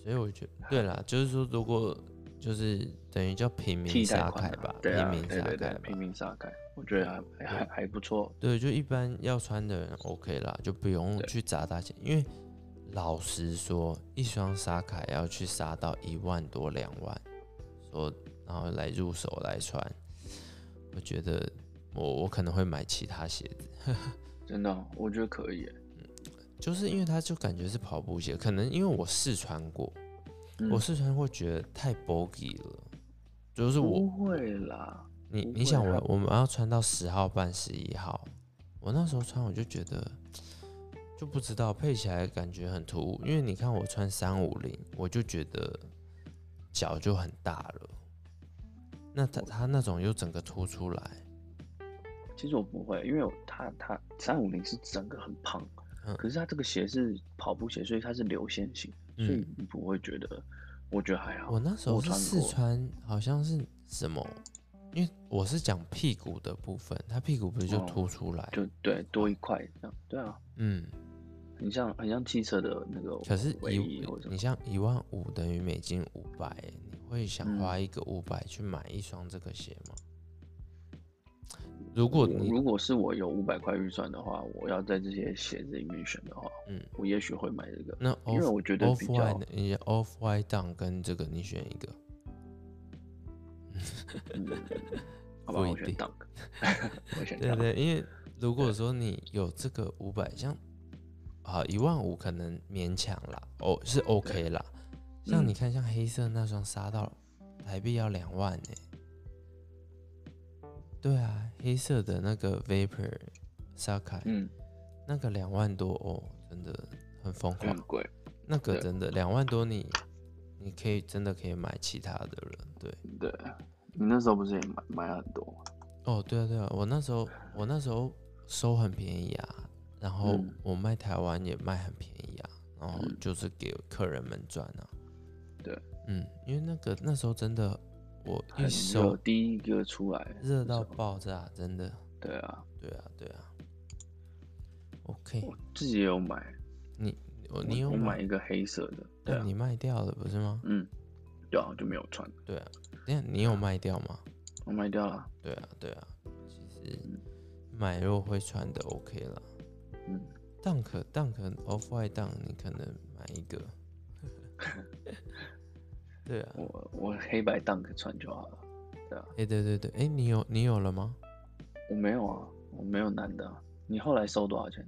S1: 所以我觉得对啦，就是说如果就是等于叫平民
S2: 替代
S1: 沙
S2: 款
S1: 凯
S2: 啊、
S1: 吧，
S2: 对啊，
S1: 平民
S2: 对
S1: 沙
S2: 对
S1: 凯
S2: 对，
S1: 吧，
S2: 平民萨凯，我觉得还还还不错，
S1: 对，就一般要穿的人 OK 啦，就不用
S2: 对
S1: 去砸大钱，因为老实说，一双沙卡要去杀到一万多两万，说然后来入手来穿，我觉得我我可能会买其他鞋子，
S2: 真的哦、我觉得可以耶。
S1: 就是因为它就感觉是跑步鞋，可能因为我试穿过，
S2: 嗯
S1: 我试穿过觉得太 boggy 了，就是我
S2: 不会啦，
S1: 你
S2: 不
S1: 你
S2: 会
S1: 想
S2: 啊
S1: 我我们要穿到十号半十一号，我那时候穿我就觉得就不知道配起来感觉很突兀，因为你看我穿三五零，我就觉得脚就很大了，那他他那种又整个凸出来，
S2: 其实我不会，因为我它它三五零是整个很胖，
S1: 嗯
S2: 可是它这个鞋是跑步鞋，所以它是流线型，所以
S1: 嗯
S2: 你不会觉得，我觉得还好。
S1: 我那时候
S2: 我
S1: 是
S2: 穿
S1: 试
S2: 过
S1: 穿好像是什么，因为我是讲屁股的部分，他屁股不是就
S2: 哦
S1: 凸出来，
S2: 就对多一块这样，对啊，
S1: 嗯，
S2: 很像很像汽车的那个
S1: 可是
S2: 尾
S1: 一
S2: 翼或者什
S1: 你
S2: 么，
S1: 像一万五等于美金五百，你会想
S2: 嗯
S1: 花一个五百去买一双这个鞋吗？如果
S2: 我
S1: 你
S2: 如果是我有五百块预算的话，我要在这些鞋子里面选的话，
S1: 嗯，
S2: 我也许会买这 个。
S1: 那
S2: 因为
S1: off
S2: 我觉得
S1: off
S2: 比较
S1: white 你 off white down 跟这个你选一个，
S2: 嗯，好吧，
S1: 不一
S2: 我选
S1: 定
S2: Dunk，我选
S1: 对
S2: Dunk，
S1: 对，因为如果说你有这个五百，像啊一万五可能勉强啦，哦是 OK 啦。像你
S2: 嗯
S1: 看，像黑色那双杀到台币要两万呢、对啊，黑色的那个 Vapor 沙凯，
S2: 嗯，
S1: 那个两万多哦，真的很疯狂。
S2: 很贵，
S1: 那个
S2: 嗯对
S1: 真的两万多你，你可以真的可以买其他的了。对，
S2: 对。你那时候不是也买买很多吗？
S1: 哦，对啊对啊，我那时候我那时候收很便宜啊，然后
S2: 嗯
S1: 我卖台湾也卖很便宜啊，然后
S2: 嗯
S1: 就是给客人们赚啊。
S2: 对，
S1: 嗯，因为那个那时候真的我一
S2: 很
S1: 收
S2: 热第一个出来，
S1: 热到
S2: 那时候
S1: 爆炸，真的。
S2: 对啊，
S1: 对啊对啊。OK，
S2: 我自己也有买，
S1: 你我
S2: 我
S1: 哦你有
S2: 我买
S1: 买
S2: 一？个黑色的，对
S1: 但
S2: 啊，
S1: 你卖掉了不是吗？
S2: 嗯，对啊，就没有穿，
S1: 对啊，等一下你有卖掉吗？
S2: 我卖掉了，
S1: 对啊，对啊，其实买肉会穿的 OK 啦。
S2: 嗯，
S1: Dunk Dunk Off White Dunk，你可能买一 个。对啊，
S2: 我我黑白 dunk 穿就好了，对啊，
S1: 哎、对对对，哎、你有你有了吗？
S2: 我没有啊，我没有男的啊，你后来收多少钱？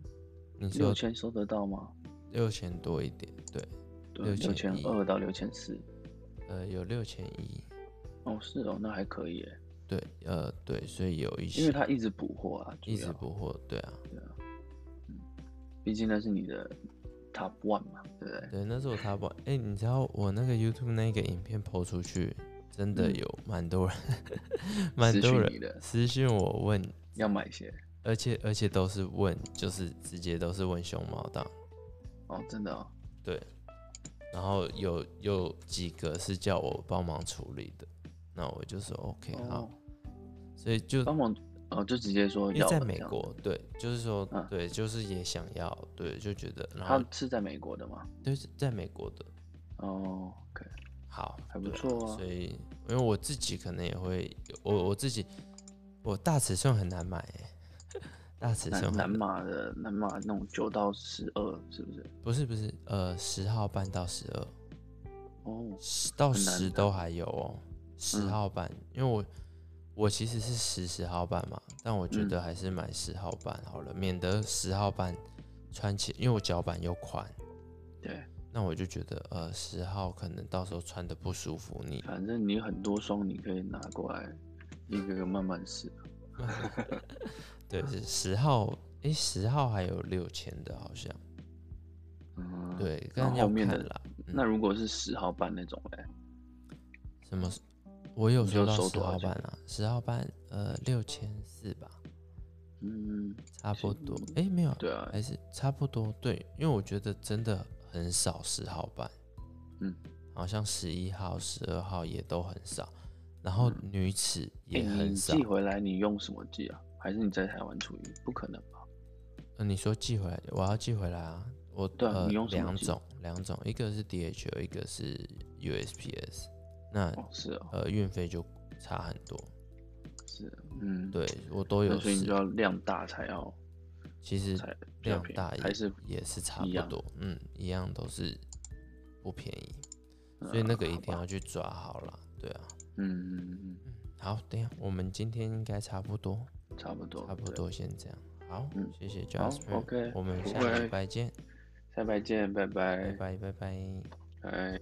S1: 你
S2: 六
S1: 说
S2: 千收得到吗？
S1: 六千多一点，对，
S2: 对，啊六千
S1: 6100
S2: 二到六千四，
S1: 呃，有六千一，
S2: 哦，是哦，那还可以耶，
S1: 对，呃，对，所以有一
S2: 因
S1: 些
S2: 为他一直补货啊，主
S1: 一直
S2: 要，
S1: 不惑，对啊，
S2: 毕竟那是你的 top one 嘛，对不对？
S1: 对，那是我淘宝，哎、你知道我那个 YouTube 那个影片抛出去，真的
S2: 嗯
S1: 有蛮多人， 蛮
S2: 私
S1: 多
S2: 讯
S1: 人
S2: 你的
S1: 私信我问
S2: 要买鞋
S1: 而且而且都是问，就是直接都是问熊猫档，
S2: 哦，真的哦，
S1: 然后有有几个是叫我帮忙处理的，那我就说 OK 好
S2: 哦，，
S1: 所以就
S2: 帮忙哦，就直接说
S1: 因为
S2: 要
S1: 在
S2: 了
S1: 美
S2: 这样，
S1: 国，对，就是说
S2: 嗯
S1: 对，就是也想要，对，就觉得然后
S2: 他是在美国的吗？
S1: 对，在美国的
S2: 哦，OK，
S1: 好，
S2: 还不
S1: 对
S2: 错啊
S1: 所以因为我自己可能也会，我我自己我大尺寸很难买、欸， 大尺寸
S2: 南
S1: 很
S2: 南马的南马那种九到十二是不是？
S1: 不是不是，呃，十号半到十二，
S2: 哦，
S1: 十到
S2: 很难
S1: 十都还有哦，十
S2: 嗯
S1: 号半，因为我我其实是十十号半嘛，但我觉
S2: 嗯
S1: 得还是买十号半好了，免得十号半穿起，因为我脚板又宽，
S2: 对，
S1: 那我就觉得呃十号可能到时候穿的不舒服 你，
S2: 反正你有很多双，你可以拿过来一个个慢慢试。啊
S1: 对，是十号，诶，十号还有六千的好像，
S2: 嗯，。
S1: 对，嗯
S2: 然
S1: 但
S2: 后
S1: 要
S2: 后面
S1: 看
S2: 的
S1: 啦，
S2: 那如果是十号半那种嘞，
S1: 什么，我有
S2: 你
S1: 收
S2: 就
S1: 到
S2: 收
S1: 十
S2: 多少
S1: 号
S2: 钱
S1: 半啊，十号半呃六千四吧。
S2: 嗯，
S1: 差不
S2: 行
S1: 多，哎、没有，
S2: 对啊
S1: 还是差不多，对，因为我觉得真的很少十号半，
S2: 嗯，
S1: 好像十一号、十二号也都很少，然后女尺也
S2: 嗯哎
S1: 很
S2: 你
S1: 少。
S2: 寄回来你用什么寄啊？还是你在台湾处理？不可能吧？
S1: 呃，你说寄回来，我要寄回来啊，我
S2: 对啊
S1: 呃
S2: 你用什么
S1: 两
S2: 寄
S1: 种，两种，一个是 DHL，一个是 USPS，那
S2: 哦，是哦，
S1: 呃运费就差很多，
S2: 是，嗯，
S1: 对我都
S2: 那
S1: 有
S2: 所以你
S1: 试
S2: 就要量大才要
S1: 其实
S2: 才比较
S1: 量
S2: 便宜
S1: 大
S2: 还
S1: 也
S2: 是
S1: 也是差
S2: 一
S1: 不
S2: 样
S1: 多，嗯，一样都是不便宜，所以那个一定要去抓好了，对啊。
S2: 嗯，
S1: 好，等一下，我们今天应该差不多，
S2: 差不多，
S1: 嗯差不
S2: 对，
S1: 多先这样。好，
S2: 嗯
S1: 谢谢
S2: 好
S1: Jasper，、
S2: ，OK，
S1: 我们
S2: 不
S1: 下礼
S2: 会
S1: 拜见，
S2: 下拜见，拜
S1: 拜
S2: 拜，
S1: 拜，拜拜。
S2: 拜。